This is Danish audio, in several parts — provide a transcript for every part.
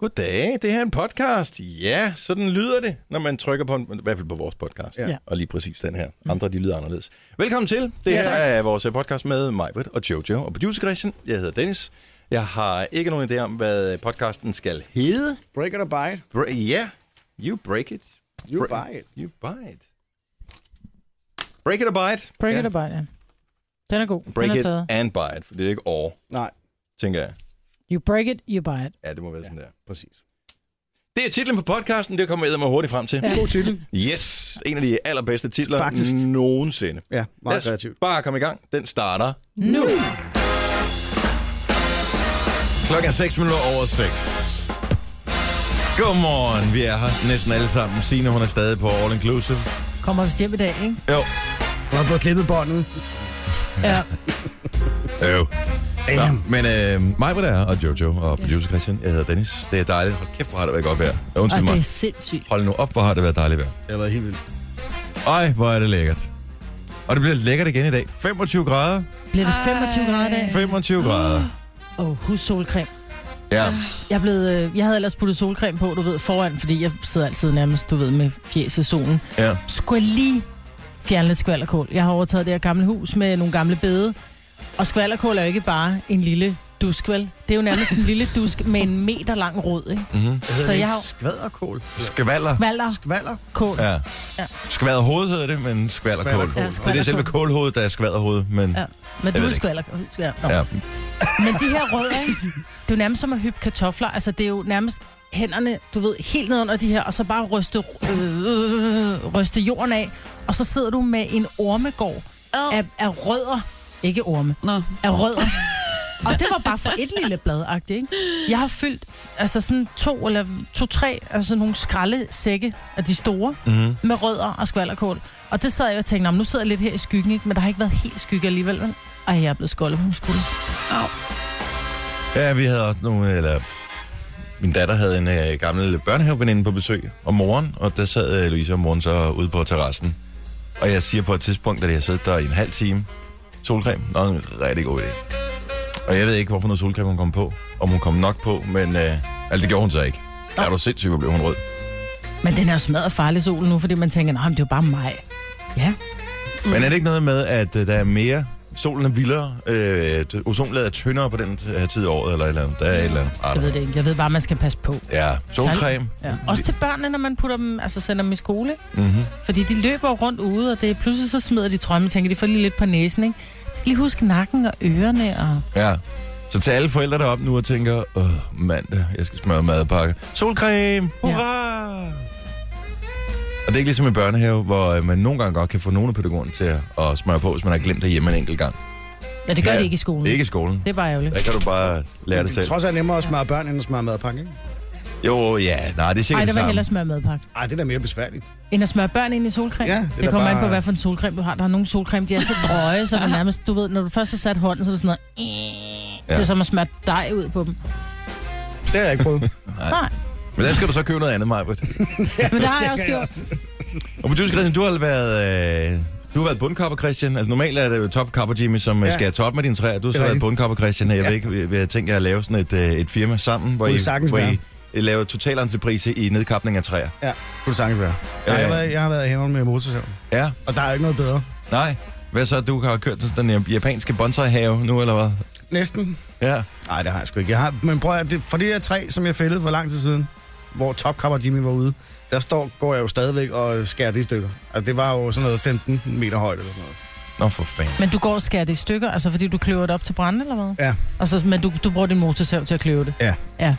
Goddag, det her er en podcast. Ja, sådan lyder det, når man trykker på en, i hvert fald på vores podcast. Ja. Og lige præcis den her. Mm. Andre, de lyder anderledes. Velkommen til. Det her er vores øh, podcast med Majbrit og Jojo og producer Christian. Jeg hedder Dennis. Jeg har ikke nogen idé om, hvad øh, podcasten skal hedde. Break it or buy it. Bra- ja, you break it. You Bra- buy it. You buy it. Break it or buy it. Break Ja. ja. it apart, ja. Den er god. Break den er it taget. and buy it, for det er ikke all, Nej, tænker jeg. You break it, you buy it. Ja, det må være sådan der. præcis. Det er titlen på podcasten, det kommer jeg mig hurtigt frem til. God titel. Yes, en af de allerbedste titler Faktisk. nogensinde. Ja, Lad meget os kreativt. bare komme i gang. Den starter Nu! klokken er 6 minutter over 6. Godmorgen, vi er her næsten alle sammen. Signe, hun er stadig på All Inclusive. Kommer vi hjem i dag, ikke? Jo, Hun har fået klippet båndet. Ja. jo. Nå, men øh, mig, hvor der er, og Jojo, og producer Christian. Jeg hedder Dennis. Det er dejligt. Hold kæft, hvor har det været godt vejr. Ja, Og Undskyld det mig. er sindssygt. Hold nu op, hvor har det været dejligt vejr. Det har været helt vildt. Ej, hvor er det lækkert. Og det bliver lækkert igen i dag. 25 grader. Bliver det 25 grader i dag? 25 grader. Åh, oh, husk solcreme. Ja. Jeg, er blevet, øh, jeg havde ellers puttet solcreme på, du ved, foran, fordi jeg sidder altid nærmest, du ved, med fjes i solen. Ja. Skulle jeg lige fjerne lidt skvalderkål? Jeg har overtaget det her gamle hus med nogle gamle bede. Og skvalderkål er jo ikke bare en lille dusk, vel? Det er jo nærmest en lille dusk med en meter lang rod, ikke? Mm-hmm. Hedder Så det jeg ikke har- skvaderkål? Skvaller. Skvalderkål. Skvaller? Ja. Ja. Skvaderhoved hedder det, men skvalderkål. Skvalderkål. Ja, Det er det selve skvalderkål. kålhoved, der er skvaderhoved, men... Ja. Jeg Men du ved er det ikke. skvalder. Ja. Nå. Ja. Men de her rødder, ikke? det er jo nærmest som at hyppe kartofler. Altså, det er jo nærmest hænderne, du ved, helt ned under de her, og så bare ryste, øh, ryste jorden af. Og så sidder du med en ormegård Oh. af, af rødder. Ikke orme. Nå. Af rødder. Og det var bare for et lille blad ikke? Jeg har fyldt altså sådan to eller to-tre altså nogle skraldesække af de store Mm-hmm. med rødder og skvalderkål. Og det sad jeg og tænkte, "Nå, men nu sidder jeg lidt her i skyggen, ikke? men der har ikke været helt skygge alligevel. Vel? Ej, jeg er blevet skoldet på min skulder. ja, vi havde også nogle... Eller, min datter havde en øh, gammel børnehaveveninde på besøg om morgenen, og der sad øh, Louise om morgenen så ude på terrassen. Og jeg siger på et tidspunkt, at jeg har siddet der i en halv time, solcreme, Nå, en rigtig god idé. Og jeg ved ikke, hvorfor noget solcreme hun kom på, om hun kom nok på, men øh, altså, det gjorde hun så ikke. Er du sindssyg, hvor blev hun rød? Men den er jo smadret farlig solen nu, fordi man tænker, nej, det er jo bare mig. Ja, Mm. Men er det ikke noget med, at øh, der er mere... Solen er vildere, øh, t- ozonlaget er tyndere på den her tid af året, eller et eller andet. Der er et eller andet. Ej, jeg ved det ikke. Jeg ved bare, at man skal passe på. Ja, solcreme. Ja. Også til børnene, når man putter dem, altså sender dem i skole. Mm-hmm. Fordi de løber jo rundt ude, og det er pludselig så smider de trømme, tænker de får lige lidt på næsen, ikke? Man skal lige huske nakken og ørerne, og Ja. Så til alle forældre deroppe nu og tænker, Åh, mandag, jeg skal smøre madpakke. Solcreme! Hurra! Og det er ikke ligesom i børnehave, hvor øh, man nogle gange godt kan få nogle af pædagogerne til at- at smøre på, hvis man har glemt det hjemme en enkelt gang. ja, det gør Ja, ja, de ikke i skolen. Ikke i skolen. Det er bare ærgerligt. Der kan du bare lære det Det er selv. trods alt nemmere at smøre børn, end at smøre madpakke, ikke? Jo, ja, nej, det er sikkert Ej, det det var samme. hellere smøre madpakke. Ej, det er da mere besværligt. End at smøre børn ind i solcreme. Ja, det er det da kommer an bare- på, hvad for en solcreme du har. Der er nogle solcreme, de er så drøje, så man nærmest, du ved, når du først har sat hånden, så er det sådan noget... Ja. Det er som at smøre dej ud på dem. Det har jeg ikke prøvet. Nej, Men der skal du så købe noget andet, Majbert. men det har Det jeg også kan jeg gjort. Og producer Christian, du har været... Øh, du har været bundkopper, Christian. Altså, normalt er det jo topkopper, Jimmy, som ja. Ja. skærer top med dine træer. Du har så været rigtigt. bundkopper, Christian. Jeg ja. Ja. ved ikke, vi- vi har tænkt jer at lave sådan et, øh, et firma sammen, hvor Kunne I, det sagtens hvor I, være. I laver total entreprise i nedkapning af træer. Ja, kunne det sagtens være. Ja, jeg, har været, jeg har været i hænderne med motorsav. Ja, Og der er jo ikke noget bedre. nej. Hvad så, du har kørt til den her japanske bonsai-have nu, eller hvad? Næsten. Ja. Nej, det har jeg sgu ikke. Jeg har, men prøv at det, for det her træ, som jeg fældede for lang tid siden, hvor Topkopper Jimmy var ude, der står, går jeg jo stadigvæk og skærer det i stykker. Altså, det var jo sådan noget 15 meter højt eller sådan noget. Nå, for fanden. Men du går og skærer det i stykker, altså fordi du kløver det op til brænde, eller hvad? Ja. Og så, men du, du bruger din motorsav til at kløve det? Ja. Ja.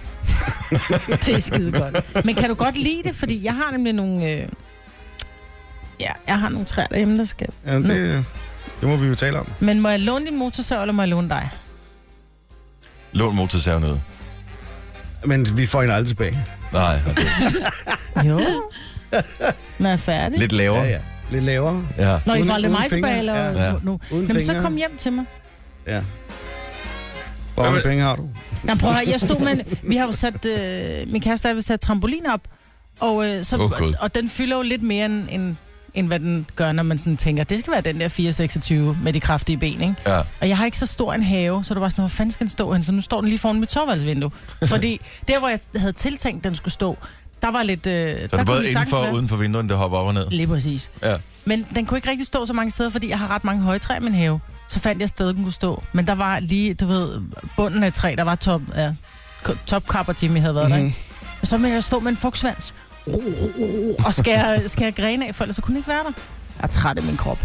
det er skide godt. Men kan du godt lide det? Fordi jeg har nemlig nogle... Øh... Ja, jeg har nogle træer derhjemme, der skal... Jamen, det, Mm. det må vi jo tale om. Men må jeg låne din motorsav, eller må jeg låne dig? Lån motorsaven ud. Men vi får hende aldrig tilbage. Nej, og det Jo. Når jeg er færdig. er lidt lavere. ja. Lidt lavere. ja. Når I Uden- får aldrig uden mig fingre. tilbage, eller... Ja. Ja. Ja. Nu. Uden Jamen, så fingre. kom hjem til mig. Ja. Hvor mange Jamen- penge har du? Nå, prøv at høre, jeg stod med... en- Vi har jo sat... Øh, min kæreste har sat trampolin op, og, øh, så, Åh, Gud. og den fylder jo lidt mere end, end end hvad den gør, når man sådan tænker, det skal være den der 426 med de kraftige ben, ikke? Ja. Og jeg har ikke så stor en have, så det var sådan, hvor fanden skal den stå hen? Så nu står den lige foran mit torvaldsvindue. Fordi der, hvor jeg havde tiltænkt, den skulle stå, der var lidt... Øh, Så det er kunne både den indenfor sagtens og være- uden for vinduerne, der hopper op og ned. Lige præcis. Ja. Men den kunne ikke rigtig stå så mange steder, fordi jeg har ret mange højtræer i min have. Så fandt jeg et sted, den kunne stå. Men der var lige, du ved, bunden af et træ, der var top, ja, k- topkapper Jimmy havde været mm. der. Ikke? Og så ville jeg stå med en fugtsvans Uh, uh, uh, uh, og skære, skære grene af, for ellers så kunne den ikke være der. Jeg er træt af min krop.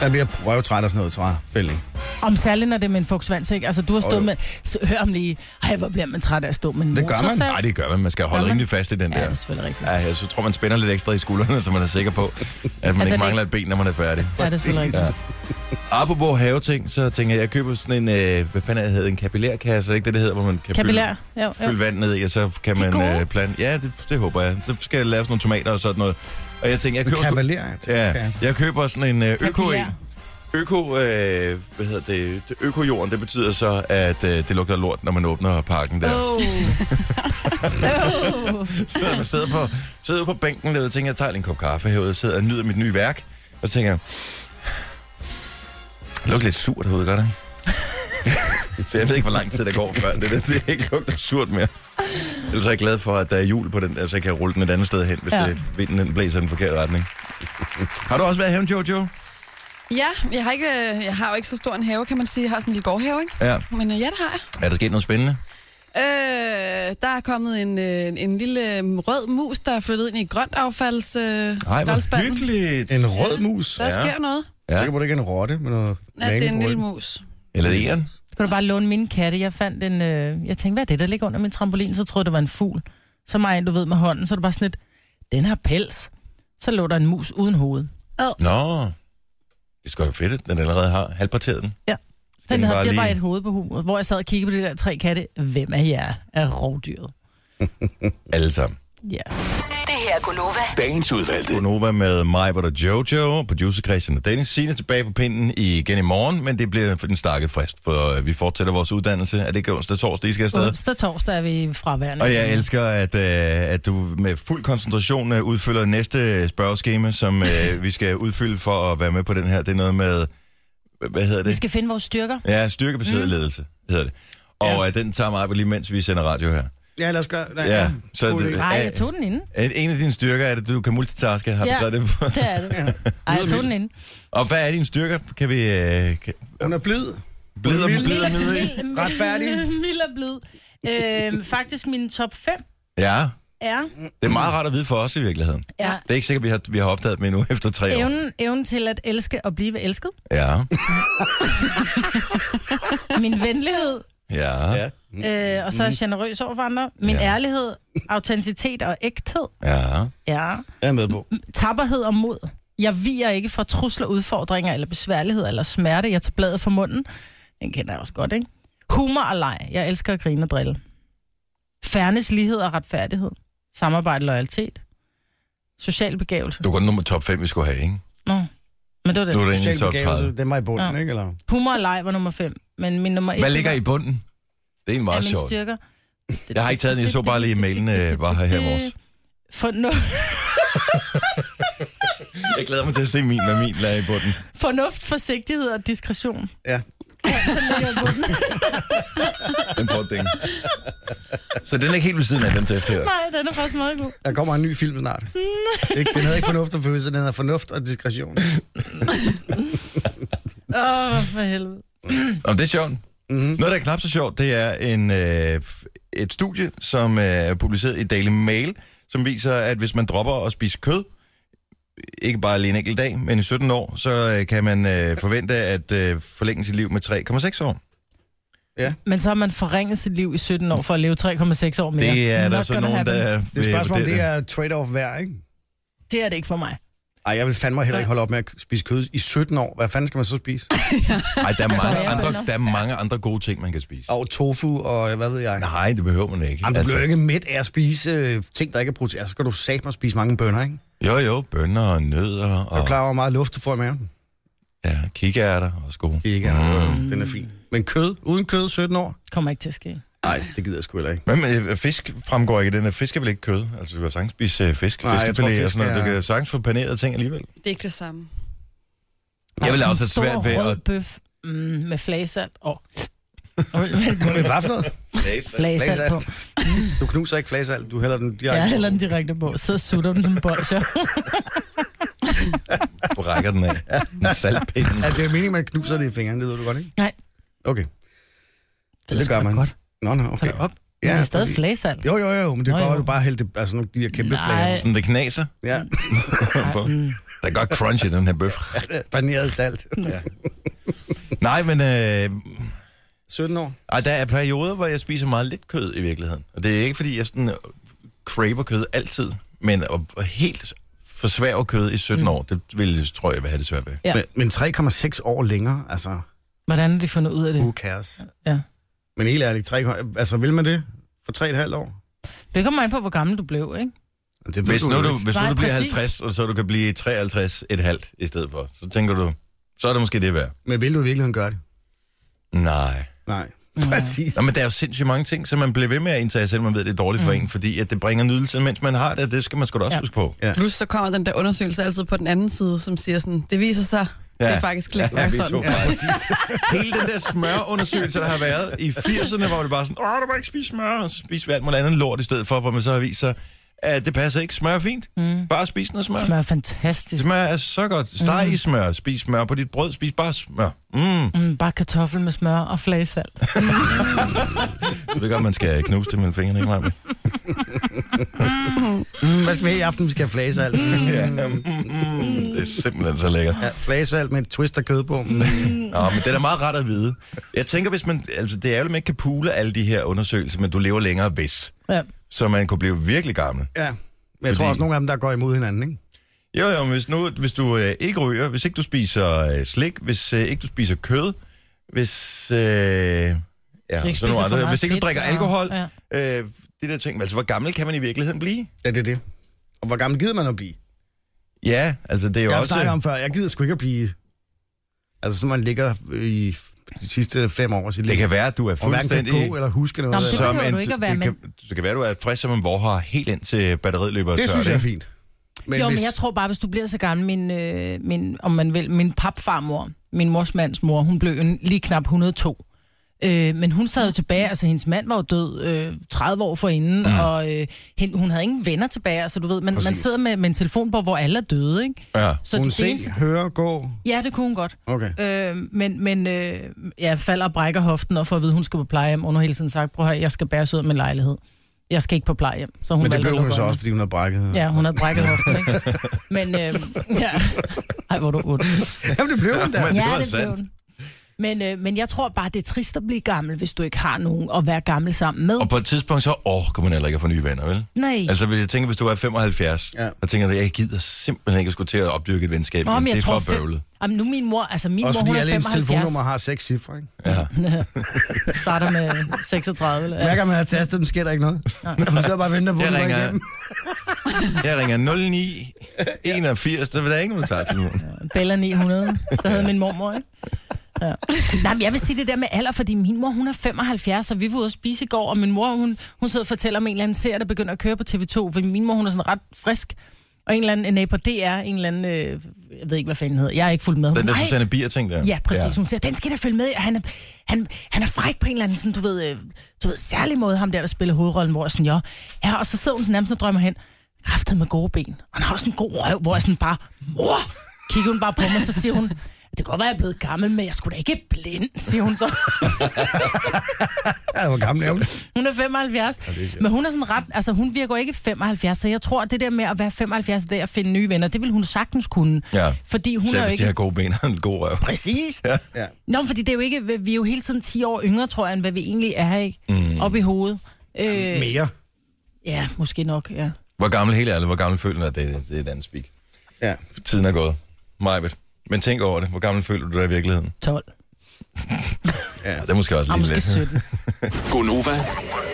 Der bliver prøvetræt og sådan noget træfældning. Om særligt, når det er med en fugtsvans, ikke? Altså, du har Jo, stået jo. med... Så, hør om lige... Ej, hvor bliver man træt af at stå med en Det gør man. motorsav? Nej, det gør man. Man skal holde Gør man? rimelig fast i den Ja, det er der. selvfølgelig rigtigt. Ja, jeg så tror, man spænder lidt ekstra i skuldrene, så man er sikker på, at man Altså, det ikke ikke- mangler et ben, når man er færdig. Ja, det er selvfølgelig rigtigt. Ja. Apropos haveting, så tænker jeg, jeg køber sådan en, øh, hvad fanden er det, hedder, en kapillærkasse, ikke det, det hedder, hvor man kan Kapillær. Jo, fylde, fylde jo. vand ned i, og så kan De er man gode. øh, plante. Ja, det, det, håber jeg. Så skal jeg lave sådan nogle tomater og sådan noget. Og jeg tænker, jeg køber, sgu- Kavaler, jeg tænker, ja, altså. jeg køber sådan en øh, øko en. Kapillær. Øko, øh, hvad hedder det, det- økojorden, det betyder så, at øh, det lugter af lort, når man åbner pakken der. Oh. oh. Så jeg sidder på, sidder ude på bænken derude og tænker, jeg tager lige en kop kaffe herude og sidder og nyder mit nye værk. Og så tænker jeg, det lugter lidt surt herude, gør det ikke? så jeg ved ikke, hvor lang tid der går før det, det, det ikke lugter surt mere. Ellers er jeg glad for, at der er hjul på den, altså jeg kan rulle den et andet sted hen, hvis ja. Ja. det, vinden den blæser i den forkerte retning. Har du også været hjemme, Jojo? Ja, jeg har, ikke, øh, jeg har jo ikke så stor en have, kan man sige. Jeg har sådan en lille gårdhave, ikke? Ja. Men øh, ja, det har jeg. Er der sket noget spændende? Øh, der er kommet en, øh, en lille øh, rød mus, der er flyttet ind i grønt affalds... Øh, Nej, hvor affaldsspanden. hyggeligt. En rød mus. Der Ja. ja. sker noget. Ja. Ja. Sikker på, det ikke er en rotte, men noget Ja, det er en magebrøl. lille mus. Eller det er en. Kan du bare låne mine katte? Jeg fandt en... Øh, jeg tænkte, hvad er det, der ligger under min trampolin? Så troede jeg, det var en fugl. Så mig, du ved, med hånden, så er det bare sådan et... Den har pels. Så lå der en mus uden hoved. Nå, det er sgu da fedt, at den allerede har halvparteret den. Ja. Skal Den havde, det lige- var et hoved på humoret, hvor jeg sad og kiggede på de der tre katte. Hvem af jer er rovdyret? Alle sammen. Ja. Det her er Gunova. Dagens udvalgte. Nova med mig, hvor der Jojo, producer Christian og Dennis. Signe er tilbage på pinden igen i morgen, men det bliver for den stakke frist, for øh, vi fortsætter vores uddannelse. Er det ikke onsdag og torsdag, I skal afsted? Onsdag torsdag er vi fraværende. Og jeg elsker, at, øh, at du med fuld koncentration øh, udfylder næste spørgeskema, som øh, vi skal udfylde for at være med på den her. Det er noget med, hvad hedder Vi det? skal finde vores styrker. Ja, styrkebaseret mm. ledelse hedder det. Og øh, den tager mig op lige mens vi sender radio her. Ja, lad os gøre nej, Ja, ja. så God det- idé. Nej, Ja. jeg tog den inden. En en af dine styrker er, at du kan multitaske. Har Ja. du skrevet det på? Det er det. Ej, jeg tog den inden. Og hvad er dine styrker? Kan vi... Øh, kan... Hun er blid. Blider, Mild. blider, Mild, blider, mild, mild, Retfærdig. Mild og blid. Øhm, faktisk min top 5 Ja, er det er meget rart at vide for os i virkeligheden. Ja. Det er ikke sikkert, vi har, vi har opdaget dem endnu efter tre år. evnen, evnen til at elske og blive elsket. Ja, Min venlighed. ja, ja. Øh, og så er jeg generøs over for andre. Min Mm. Ja. ja. ærlighed, autenticitet og ægthed. ja. Ja. Jeg er med på. Tapperhed og mod. Jeg viger ikke fra trusler, udfordringer eller besværligheder eller smerte. Jeg tager bladet fra munden. Den kender jeg også godt, ikke? Humor og leg. Jeg elsker at grine og drille. Færnes, lighed og retfærdighed. Samarbejde og loyalitet. Social begævelse. Du går nummer top 5, vi skulle have, ikke? Nå. Men det var det. Nu er det inde i Social top begævelse, 30. den var i bunden, Ja. ja. ikke? Eller? Humor og leg var nummer 5, men min nummer 1 Hvad ligger i bunden? Det er en meget sjovt. styrker. Jeg har ikke taget den, jeg så bare lige mailen øh, var her her i morges. Fornu- Jeg glæder mig til at se min, hvad min er i bunden. fornuft, forsigtighed og diskretion. Ja. Den får ding. Så den er ikke helt ved siden af den test her. Nej, den er faktisk meget god. Der kommer en ny film snart. ikke? Den hedder ikke fornuft og følelse, den hedder fornuft og diskretion. Åh, oh, for helvede. Om det er sjovt. Mhm. Mm-hmm. Noget, der er knap så sjovt, det er en, øh, f- et studie, som øh, er publiceret i Daily Mail, som viser, at hvis man dropper at spise kød, ikke bare lige en enkelt dag, men i 17 år, så øh, kan man øh, forvente at øh, forlænge sit liv med 3,6 år. Men så har man forringet sit liv i 17 år for at leve 3,6 år mere. Det er Not der så gonna nogen, happen. der... Det er et spørgsmål, om vil det vurdere er trade-off værd, ikke? Det er det ikke for mig. Ej, jeg vil fandme heller ikke holde op med at spise kød i 17 år. Hvad fanden skal man så spise? Ej, der er, mange jeg andre, holder. der er mange andre gode ting, man kan spise. Og tofu og hvad ved jeg. Nej, det behøver man ikke. Jamen, du altså... bliver jo ikke mæt af at spise øh, ting, der ikke er protein. Altså, så skal du satme mig spise mange bønner, ikke? jo, jo, bønner og nødder Er du og klar over, hvor meget luft du får i maven? ja, kikærter og sko. Mm. Ikke, mm. den er fin. Men kød, uden kød, 17 år. Kommer ikke til at ske. Nej, det gider jeg sgu heller ikke. Men, men øh, fisk fremgår ikke i den her. Fisk er vel ikke kød? Altså, du kan sagtens spise øh, fisk, Nej, jeg tror, fiskefilet og fisk sådan noget. Du er- kan sagtens få panerede ting alligevel. Det er ikke det samme. Jeg vil Sådan også en have svært stor ved rød at... bøf mm, med flagesalt og... Men hvad for noget? flagesalt på. Du knuser ikke flasalt, du hælder den direkte. Jeg hælder den direkte på, så sutter den den bolsje. Du rækker den af. En saltpind. Ja, det er meningen, man knuser det i fingrene, det ved du godt, ikke? Nej. Okay. Det, Det gør man. Godt. Nå, nå, Så okay. er det op. Ja, Ja, men det er stadig præcis. flagesalt. Jo, jo, jo, men det Nå, går jo. jo du bare hælde det, altså nogle af de der kæmpe Nej. flager. Sådan det knaser. Ja, På. Mm. Der er godt crunch i den her bøf. paneret salt. Ja. Nej, men øh, 17 år. ej, der er perioder, hvor jeg spiser meget lidt kød i virkeligheden. Og det er ikke, fordi jeg sådan øh, craver kød altid, men at at helt forsværge kød i 17 mm. år, det vil, tror jeg, jeg vil have det svært ved. Ja. Men, men 3,6 år længere, altså, Hvordan har de fundet ud af det? who cares? Ja. Men helt ærligt, 3, altså vil man det for 3,5 år? Det kommer an på, hvor gammel du blev, ikke? Det ved Hvis du nu jo du, ikke. hvis nu Nej, du bliver præcis. 50, og så du kan blive 53 et halvt i stedet for, så tænker du, så er det måske det værd. Men vil du i virkeligheden gøre det? Nej. Nej. Præcis. Nå, men der er jo sindssygt mange ting, som man bliver ved med at indtage, selvom man ved, det er dårligt for en, fordi at det bringer nydelse, mens man har det, det skal man sgu da også ja. Mm. Ja. huske på. Ja. Plus så kommer den der undersøgelse altid på den anden side, som siger sådan, det viser sig, ja. det er faktisk lidt ja, vi sådan. tog fejl. Hele den der smørundersøgelse, der har været i 80'erne, hvor det bare sådan, åh, du må ikke spise smør, og så spiste vi alt muligt andet lort i stedet for, hvor man så har vist sig, at det passer ikke. Smør er fint. Mm. Bare spis noget smør. Det smager fantastisk. Smør er så godt. Steg i smør. Spis smør på dit brød. Spis bare smør. Mm. Mm, bare kartoffel med smør og flagesalt. Jeg ved godt, man skal knuse det med fingrene, ikke Maja? Mm, hvad skal vi have i aften? Vi skal have flagesalt. Ja, mm, det er simpelthen så lækkert. Ja, flagesalt med et twist af kød på. Mm. Nå, men det er da meget rart at vide. Jeg tænker, hvis man... Altså, det er jo, at man ikke kan pule alle de her undersøgelser, men du lever længere hvis. Ja. Så man kunne blive virkelig gammel. Ja. Men jeg Fordi- tror også, nogle af dem, der går imod hinanden, ikke? Jo, jo, men hvis, nu, hvis du øh, ikke ryger, hvis ikke du spiser øh, slik, hvis øh, ikke du spiser kød, hvis... Øh, ja, så spiser nogle for andre, meget hvis ikke du fedt, drikker og- alkohol, ja. øh, de der ting. Men Altså, hvor gammel kan man i virkeligheden blive? Ja, det er det. Og hvor gammel gider man at blive? Ja, altså det er jo Jeg har også... snakket om før, jeg gider sgu ikke at blive... Altså, så man ligger i de sidste fem år af sit Det liv. kan være, at du er og hverken kan fuldstændig... gå eller huske noget. Nå, men det så, behøver du ikke at være det kan, det kan være, at du er frisk som en vorhar helt ind til batteriet løber det tørt, synes jeg er ikke? fint. Men jo, men jeg tror bare, hvis du bliver så gammel, min, øh, min, om man vil, min papfarmor, min mors mands mor, hun blev en- lige knap 102. Øh, men hun sad jo tilbage, altså hendes mand var jo død øh, 30 år forinden, mm. og øh, hen, hun havde ingen venner tilbage, altså du ved, man, man Præcis. sidder med, med en telefon på, hvor alle er døde, ikke? Ja. Så hun det se, eneste- høre, gå. Ja, det kunne hun godt. Okay. Øh, men men øh, jeg falder og brækker hoften, og for at vide, hun skal på plejehjem, og hun har hele tiden sagt, prøv at høre, jeg skal bæres ud af min lejlighed. Jeg skal ikke på plejehjem. Så hun Men det valgte at blev hun lukke så øjnene. også, fordi hun havde brækket. Ja, hun havde brækket hoften, ikke? Men, øh, ja. Ej, hvor er du ond. Jamen, det blev hun da. Men det var Ja, det blev sandt. den. Men, øh, men jeg tror bare, det er trist at blive gammel, hvis du ikke har nogen at være gammel sammen med. Og på et tidspunkt, så orker man heller ikke at få nye venner, vel? Nej. Altså, vil jeg tænker, hvis du er 75, ja. Ja. og tænker, du, jeg gider simpelthen ikke at skulle til at opdyrke et venskab. Nå, igen. men jeg det er tror, for bøvlet. Jamen, nu min mor, altså min Også mor, fordi hun er alle ens 75. telefonnummer har seks cifre, ikke? starter med 36. Eller, Hver ja. gang man har tastet dem, sker der ikke noget. Hun sidder bare og venter på, Jeg at ringer. ringer, jeg ringer 09 81, der vil der ikke nogen, der tager telefonen. Bella 900, der havde min mormor, ikke? Ja. Nej, men jeg vil sige det der med alder, fordi min mor, hun er 75, og vi var ude at spise i går, og min mor, hun, hun sidder og fortæller om en eller anden serie, der begynder at køre på TV2, for min mor, hun er sådan ret frisk, og en eller anden en nabo, det er en eller anden, øh, jeg ved ikke, hvad fanden hedder, jeg er ikke fuldt med. Hun, Den der "Ej, Susanne Bier-ting der. Ja, præcis. Ja. Hun siger, den skal der følge med. i." Og Han er, han, han er fræk på en eller anden, sådan, du, ved, øh, du ved, særlig måde, ham der, der spiller hovedrollen, hvor jeg sådan, ja. ja og så sidder hun sådan nærmest og drømmer hen, kraftet med gode ben. Og han har også en god røv, hvor jeg sådan bare, mor, kigger hun bare på mig, så siger hun, det kan godt være, jeg er blevet gammel, men jeg skulle da ikke blind, siger hun så. Ja, hvor gammel er hun? Hun er 75, men hun er sådan ret, altså hun virker jo ikke 75, så jeg tror, det der med at være 75 i dag og finde nye venner, det vil hun sagtens kunne. Ja. Fordi hun Selv er jo hvis de ikke... har gode ben og en god røv. Præcis. Ja. Nå, men fordi det er jo ikke, vi er jo hele tiden 10 år yngre, tror jeg, end hvad vi egentlig er, ikke? Mm. Op i hovedet. Øh, Mere. ja, måske nok, ja. Hvor gammel, helt ærligt, hvor gammel føler du dig? Det, det er et andet speak. Ja. Tiden er gået. Majbet. Men tænk over det. Hvor gammel føler du dig i virkeligheden? 12. Ja, det er måske også Ah, lige måske lidt. 17. Gonova.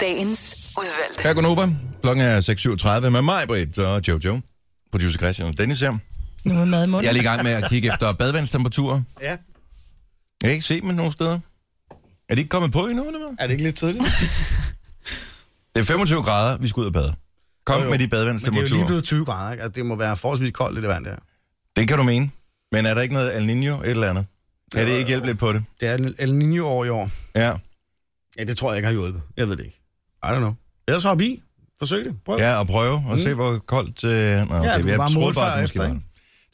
Dagens udvalgte. Her er Gunnova. Klokken er 6.37 med mig, Britt og Jojo. Producer Christian og Dennis her. Nu er mad i munden. Jeg er lige i gang med at kigge efter badvandstemperaturer. Ja. Jeg kan ikke se dem nogen steder. Er det ikke kommet på endnu, eller hvad? Er det ikke lidt tidligt? Det er 25 grader, vi skal ud og bade. Kom Jo, jo. med de Men det er jo lige badevandstemperaturer. blevet 20 grader, ikke? Altså, det må være forholdsvis koldt, det der vand der. Det kan du mene. Men er der ikke noget El Niño, et eller andet? Kan det Jo, ikke jo. hjælpe lidt på det? Det er en El Niño år i år. Ja. Ja, det tror jeg ikke har hjulpet. Jeg ved det ikke. I don't know. Ellers hop i. Forsøg det. Prøv. Ja, og prøve og se, hvor koldt... Øh, nå, okay. du kan jeg bare troede bare, måle før at og det måske efter, var. ikke?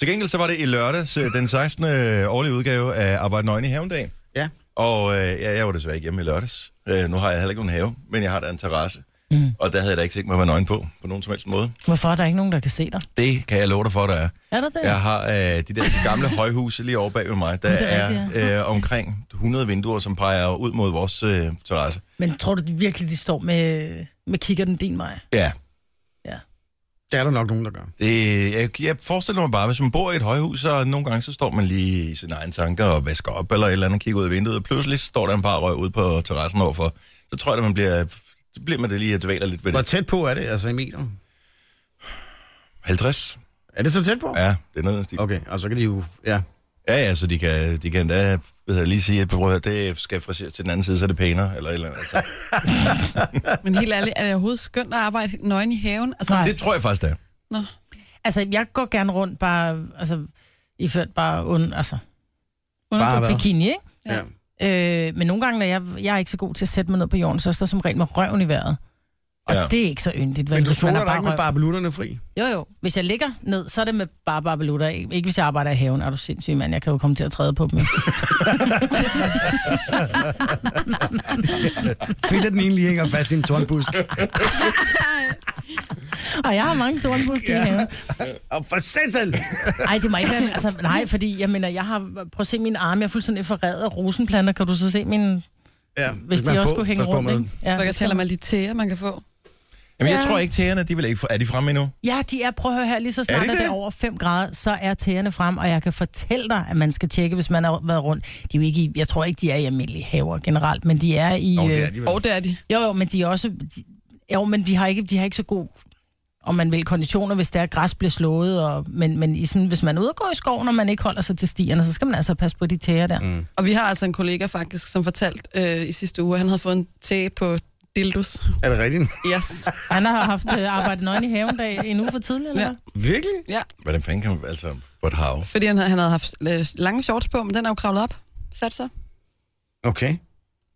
Til gengæld så var det i lørdags, øh, den 16. årlige udgave af Arbejde Nøgen i Havendag. Ja. Og øh, ja, jeg var desværre ikke hjemme i lørdags. Øh, nu har jeg heller ikke nogen have, men jeg har da en terrasse. Mm. Og der havde jeg da ikke tænkt mig at være nøgen på, på nogen som helst måde. Hvorfor er der ikke nogen, der kan se dig? Det kan jeg love dig for, der er. Er der det? Jeg har øh, de der de gamle højhuse lige over bag ved mig. Der Det er er, rigtigt, er øh, omkring 100 vinduer, som peger ud mod vores øh, terrasse. Men tror du virkelig, de står med, med kigger den din vej? Ja, Ja. Det er der nok nogen, der gør. Det, jeg, jeg forestiller mig bare, hvis man bor i et højhus, så nogle gange så står man lige i sine egne tanker og vasker op, eller et eller andet kigger ud af vinduet, og pludselig står der en par røg ude på terrassen overfor. Så tror jeg, at man bliver, så bliver man det lige at dvæler lidt ved Hvor det. tæt på er det, altså i meter? 50? Er det så tæt på? Ja, det er noget af den stil. Okay, og så kan de jo... Ja. Ja, ja, så de kan, de kan endda hvad hedder det, lige sige, at prøv at høre, det skal friseres til den anden side, så er det pænere, eller et eller andet. Altså, Men helt ærligt, er det overhovedet skønt at arbejde nøgen i haven? Altså, Nej. det tror jeg faktisk, det er. Nå. Altså, jeg går gerne rundt bare, altså, iført bare und, altså, Bare hvad? bikini, ikke? Ja. ja. Øh, men nogle gange, når jeg, jeg er ikke så god til at sætte mig ned på jorden, så står som regel med røven i vejret. Og Ja. ja. det er ikke så yndigt, vel? Men du hvis man soler har dig ikke med røv. barbelutterne fri? Jo, jo. Hvis jeg ligger ned, så er det med bare barbelutter. Ikke ikke hvis jeg arbejder i haven. Er du sindssyg, mand? Jeg kan jo komme til at træde på dem. Fedt, at den egentlig hænger fast i en tornbusk. Og jeg har mange tornbuske ja. i haven. Og for satan! Ej, det må ikke være... Altså, nej, fordi jeg mener, jeg har... Prøv at se mine arme. Jeg er fuldstændig forrædet af rosenplanter. Kan du så se mine... Ja, Hvis man de også på- skulle hænge pas på rundt, med ikke? den. Ja, Hvor jeg hvis taler man- om alle de tæer, man kan få. Jamen, jeg Ja. tror ikke, tæerne, de vil ikke... få- Er de fremme endnu? Ja, de er, prøv at høre her, lige så snart det er det, det? er over 5 grader, så er tæerne frem, og jeg kan fortælle dig, at man skal tjekke, hvis man har været rundt. De er jo ikke i, jeg tror ikke, de er i almindelige haver generelt, men de er i... Nå, det øh, er de vel. Og det er de. Jo, jo, men de er også... De, jo, men de har, ikke, de har ikke så god om man vil, konditioner, hvis der er græs bliver slået. Og, men men i sådan, hvis man er ude og går i skoven, og man ikke holder sig til stierne, så skal man altså passe på de tæer der. Mm. Og vi har altså en kollega faktisk, som fortalte øh, i sidste uge, at han havde fået en tæ på dildos. Er det rigtigt? Yes. Han har haft øh, arbejdet nøgen i haven dag en uge for tidligt, eller Ja. ja. Virkelig? Ja, Hvordan fanden kan man... Altså, på et hav. fordi han havde, han havde haft øh, lange shorts på, men den er jo kravlet op, sat sig. Okay.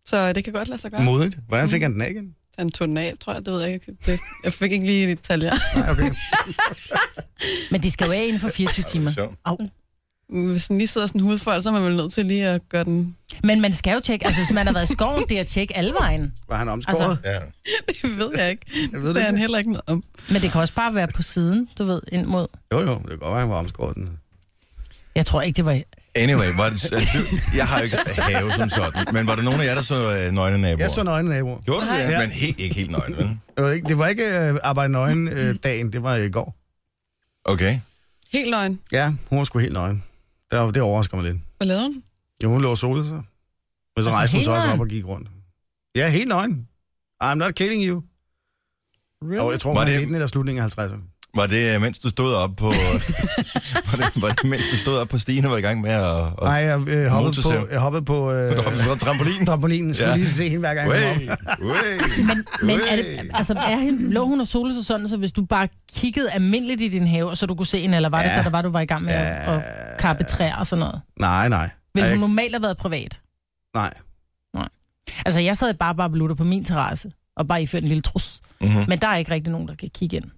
Så det kan godt lade sig gøre. Modigt. Hvordan fik han den af igen? Han tog den af, tror jeg. Det ved jeg ikke. Det, jeg fik ikke lige detaljer. Men de skal jo af inden for 24 timer. Sjovt. Au. Hvis den lige sidder sådan en hudfold, så er man vel nødt til lige at gøre den Men man skal jo tjekke, altså hvis man har været i skoven, det er at tjekke alle vejen. Var han omskåret? Altså- Ja. Det ved jeg ikke. Jeg Jeg ved ved det det er han ikke. heller ikke noget om. Men det kan også bare være på siden, du ved, ind mod... Jo, jo. Det kan godt være, han var omskåret den. Jeg tror ikke, det var... Anyway, var det, jeg har jo ikke have som sådan, men var der nogen af jer, der så øh, nøgne naboer? Jeg så nøgne naboer. Gjorde du det? Nej. Men helt, ikke helt nøgen, vel? Det var ikke, det var ikke øh, arbejde nøgen øh, dagen, det var i går. Okay. Helt løgn. Ja, hun var sgu helt nøgen. Det, var, det overrasker mig lidt. Hvad lavede hun? Jo, hun lå og solede sig. Men så Altså, rejste hun helt sig også op nøgen? og gik rundt. Ja, helt nøgen. I'm not kidding you. Really? Og jeg tror, Var hun det- er det... eller slutningen af 50'erne. Var det, øh, mens du stod op på... var, det, var det, mens du stod op på stigen og var i gang med at... at Nej, jeg, øh, hoppede motorsav. på, jeg hoppede på øh, Du hoppede fra trampolinen. trampolinen. Skulle Ja. ja. lige se hende hver gang, jeg kom Way, op. way. Men, men er det, altså, er hende, lå hun og solede sig sådan, så hvis du bare kiggede almindeligt i din have, så du kunne se hende, eller var det, Ja. ja. der var, du var i gang med ja. at, at kappe træer og sådan noget? Nej, nej. Ville Jeg- hun normalt have været privat? Nej. Altså, jeg sad i bare barbelutter på min terrasse, og bare iførte en lille trus. Mhm. Men der er ikke rigtig nogen, der kan kigge ind. Men,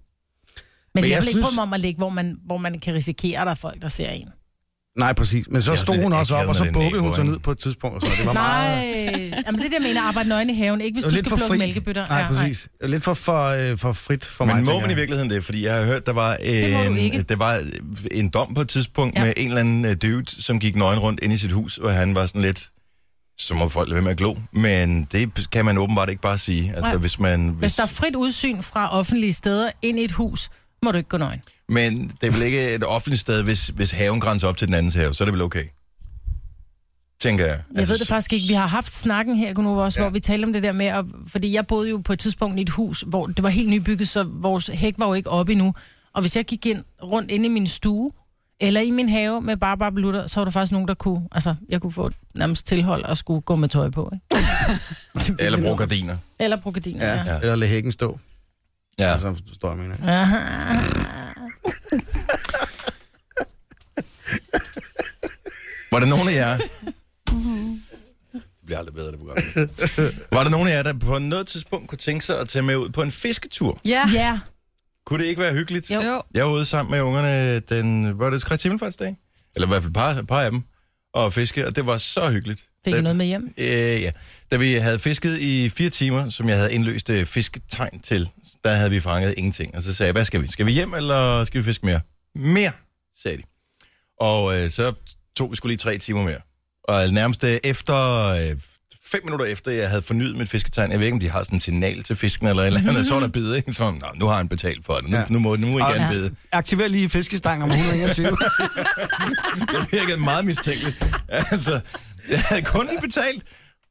Men jeg, jeg jeg vil ikke synes- prøve mig om at ligge, hvor man, hvor man kan risikere, at der er folk, der ser en. Nej, præcis. Men så Det er stod også hun lidt også op, akavet, og så når det er en bukkede hun nabo, sig ikke? ned på et tidspunkt. Og så. Det var Nej, meget... Jamen, det er det, jeg mener, arbejde nøgen i haven. Ikke hvis Det var du skal plukke fri. mælkebytter. Nej, præcis. Lidt for, for, øh, for frit for mig. Men må tænker man i jeg. virkeligheden det? Fordi jeg har hørt, der var, må du en, ikke. der var en dom på et tidspunkt ja. Ja. med en eller anden øh, dude, som gik nøgen rundt ind i sit hus, og han var sådan lidt så må folk lade være med at glo. Men det kan man åbenbart ikke bare sige. Altså, Nej. hvis man, hvis, Hvis der er frit udsyn fra offentlige steder ind i et hus, må du ikke gå nøgen. Men det er vel ikke et offentligt sted, hvis, hvis haven grænser op til den andens have, så er det vel okay? Tænker jeg. Altså, Jeg ved det faktisk ikke. Vi har haft snakken her, nu også, ja. hvor vi talte om det der med, at, fordi jeg boede jo på et tidspunkt i et hus, hvor det var helt nybygget, så vores hæk var jo ikke oppe endnu. Og hvis jeg gik ind rundt inde i min stue, Eller i min have med bare bare blutter, så var der faktisk nogen, der kunne... Altså, jeg kunne få nærmest tilhold og skulle gå med tøj på, ikke? Eller bruge gardiner. Eller bruge gardiner, ja. Ja. Eller lade hækken stå. Ja. Altså, forstår jeg, mener. jeg. ja. Var der nogen af jer... Det bliver aldrig bedre, det program. Var der nogen af jer, der på noget tidspunkt kunne tænke sig at tage med ud på en fisketur? Ja. ja. Kunne det ikke være hyggeligt? Jo. Jo. Jeg var ude sammen med ungerne den, var det Kristi dag? Eller i hvert fald et par, et par af dem, og fiske, og det var så hyggeligt. Fik jeg Da- noget med hjem? Øh, ja. Da vi havde fisket i fire timer, som jeg havde indløst øh, fisketegn til, der havde vi fanget ingenting. Og så sagde jeg, hvad skal vi? Skal vi hjem, eller skal vi fiske mere? Mere, sagde de. Og øh, så tog vi skulle lige tre timer mere. Og nærmest øh, efter... Øh, fem minutter efter, jeg havde fornyet mit fisketegn, jeg ved ikke, om de har sådan et signal til fisken eller et eller andet, så var der bid, ikke? Så, Nå, nu har han betalt for det, nu, ja. Ja. nu må, nu må I Og- gerne Ja. bide. Aktiver lige fiskestang om 121. Det virkede meget mistænkeligt. Altså, jeg havde kun lige betalt,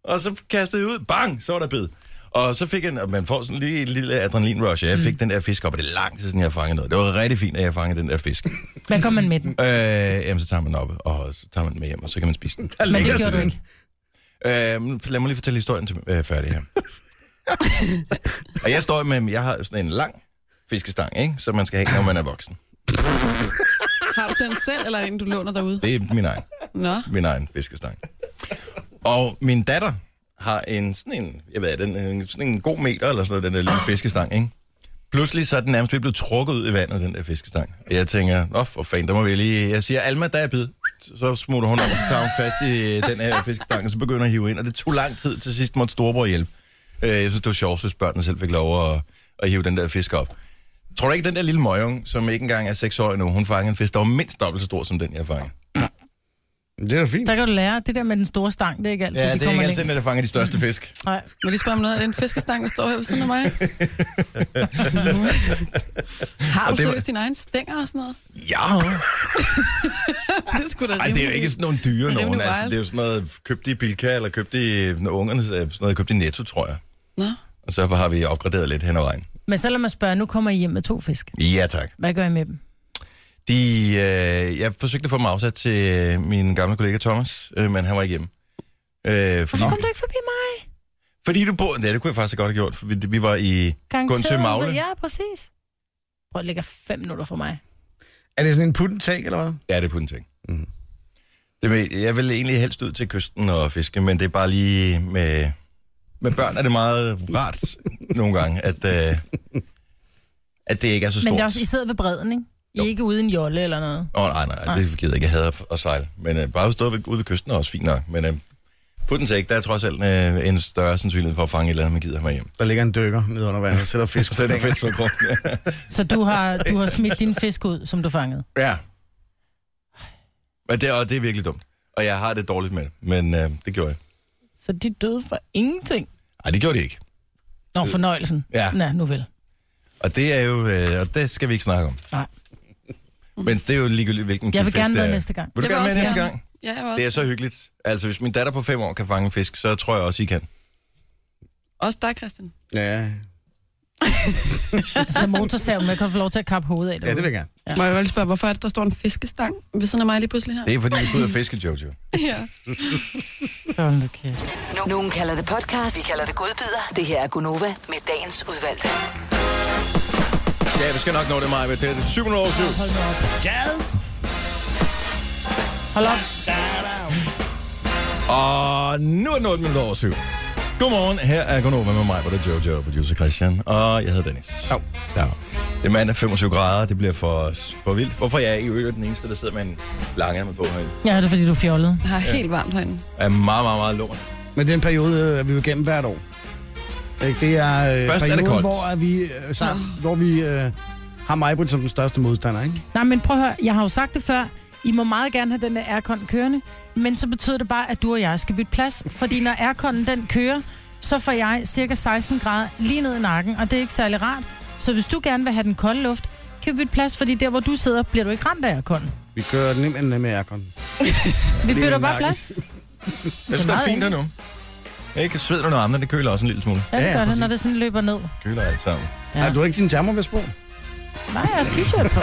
og så kastede jeg ud. Bang, så var der bid. Og så fik jeg, en- og man får sådan lige et lille adrenalin-rush. Jeg fik mm. den der fisk op, og det er lang tid siden, jeg har fanget noget. Det var rigtig fint, at jeg fangede den der fisk. øh, Hvad kom man med den? jamen, så tager man den op, og så tager man den med hjem, og så kan man spise den. Der ligger gjorde du sådan en- ikke. Øhm, lad mig lige fortælle historien til øh, færdig her. og jeg står med, jeg har sådan en lang fiskestang, ikke? som man skal have, når man er voksen. Har du den selv, eller er det en, du låner derude? Det er min egen. Nå. min egen fiskestang. Og min datter har en sådan en, jeg ved, den, en, sådan en god meter eller sådan noget, den der lille fiskestang, ikke? Pludselig så er den nærmest blevet trukket ud i vandet, den der fiskestang. Og jeg tænker, nå for fanden, der må vi lige... Jeg siger, Alma, der er bid. Så smutter hun op, og så tager hun fast i øh, den her fiskestang, og så begynder at hive ind. Og det tog lang tid, til sidst måtte storebror hjælpe. Øh, Jeg synes, det var sjovt, hvis børnene selv fik lov at, at hive den der fisk op. Tror du ikke, den der lille møgung, som ikke engang er 6 år endnu, hun fangede en fisk, der var mindst dobbelt så stor som den, jeg fangede? Det er da fint. Der kan du lære, det der med den store stang, det er ikke altid, Ja, det det er kommer ikke længst. altid, der fanger de største fisk. Nej. Må jeg lige spørge om noget? Er det en fiskestang, der står her ved siden af mig? Har Og du det var- seriøst dine egne stænger og sådan noget? Ja. Det skulle da Ej, det er jo ikke sådan nogle dyre Men det er jo nogen. nu Altså, wild. det er jo sådan noget, købt i Bilka, eller købt i når ungerne, øh, sådan noget, købt i Netto, tror jeg. Nå. Og så har vi opgraderet lidt hen ad vejen. Men så lad mig spørge, nu kommer I hjem med to fisk. Ja, tak. Hvad gør I med dem? De, øh, jeg forsøgte at få dem afsat til øh, min gamle kollega Thomas, øh, men han var ikke hjemme. Øh, fordi, Hvorfor kom du ikke forbi mig? fordi du bor... Ja, det kunne jeg faktisk godt have gjort, for vi, vi var i Gunsø Magle. Ja, præcis. Prøv at lægge fem minutter for mig. Er det sådan en putten take, eller hvad? Ja, det er på en ting. Mhm. Det med, jeg vil egentlig helst ud til kysten og fiske, men det er bare lige med, med børn er det meget rart nogle gange, at, øh, at det ikke er så Men stort. det er også, I sidder ved bredden, ikke? I er ikke ude i en jolle eller noget. Åh, oh, nej, nej, nej, det gider jeg ikke. Jeg hader at sejle. Men øh, bare stadigvæk ude ved kysten er også fint nok. Men øh, på den tæk, der er trods alt øh, en større sandsynlighed for at fange et eller andet, man gider have med hjem. Der ligger en dykker nede under vandet, sætter fisk på Så er det stænger. fedt for grunden. Så du har, du har smidt din fisk ud, som du fangede. ja. Men det, er- og det er virkelig dumt. Og jeg har det dårligt med det, men øh, det gjorde jeg. Så de døde for ingenting. Nej, det gjorde det ikke. Nå, fornøjelsen. Ja. Nå, nu vel. Og det er jo, øh, og det skal vi ikke snakke om. Nej. Men det er jo ligegyldigt, hvilken Mhm. Jeg type vil fisk gerne det med er. næste gang. Vil du Jeg vil gerne med også næste gerne. gang? Ja, jeg var Det er også. så hyggeligt. Altså, hvis min datter på fem år kan fange en fisk, så tror jeg også, I kan. Også dig, Christian. Ja. Så motorsaven, jeg kan få lov til at kappe hovedet af ja, det vil jeg gerne. Ja. Må jeg godt lige spørge, hvorfor er det, der står en fiskestang ved siden af mig lige pludselig her? Det er fordi, vi skal ud og fiske, Jojo. Ja. Hold nu kæft. Nu- Nogen kalder det podcast, vi kalder det godbider. Det her er Gunova med dagens udvalgte. Ja, vi skal nok nå det, Maja. Det er det 7 over 7. Hold nu op. Jazz! Hold op. Og nu er den 8 minutter over 7. Godmorgen, her er Gunova med mig, hvor det er Jojo, producer Christian, og jeg hedder Dennis. Au. Ja. Det er mandag 25 grader, det bliver for, for vildt. Hvorfor jeg er i øvrigt den eneste, der sidder med en lange med på herinde. Ja, det er fordi, du er fjollet. Jeg har helt varmt herinde. Er meget, meget, meget lort. Men den periode øh, er vi jo igennem hvert år. Ikke? Det er øh, Først er det perioden, koldt. hvor er vi øh, sammen, hvor vi øh, har Majbrit som den største modstander, ikke? Nej, men prøv at høre, jeg har jo sagt det før. I må meget gerne have den der aircon kørende, men så betyder det bare, at du og jeg skal bytte plads. Fordi når airconen den kører, så får jeg cirka 16 grader lige ned i nakken, og det er ikke særlig rart. Så hvis du gerne vil have den kolde luft, kan vi bytte plads, fordi der, hvor du sidder, bliver du ikke ramt af airconen. Vi kører den ind med aircon. Vi bytter i bare nakken. plads. Jeg synes, det er meget fint her nu. Ikke? Sveder når andre, det køler også en lille smule. Ja, det Ja, ja, gør det, når præcis. det sådan løber ned. Køler alt sammen. Ja. Ja. Har du ikke din termovis på? Nej, jeg har t-shirt på.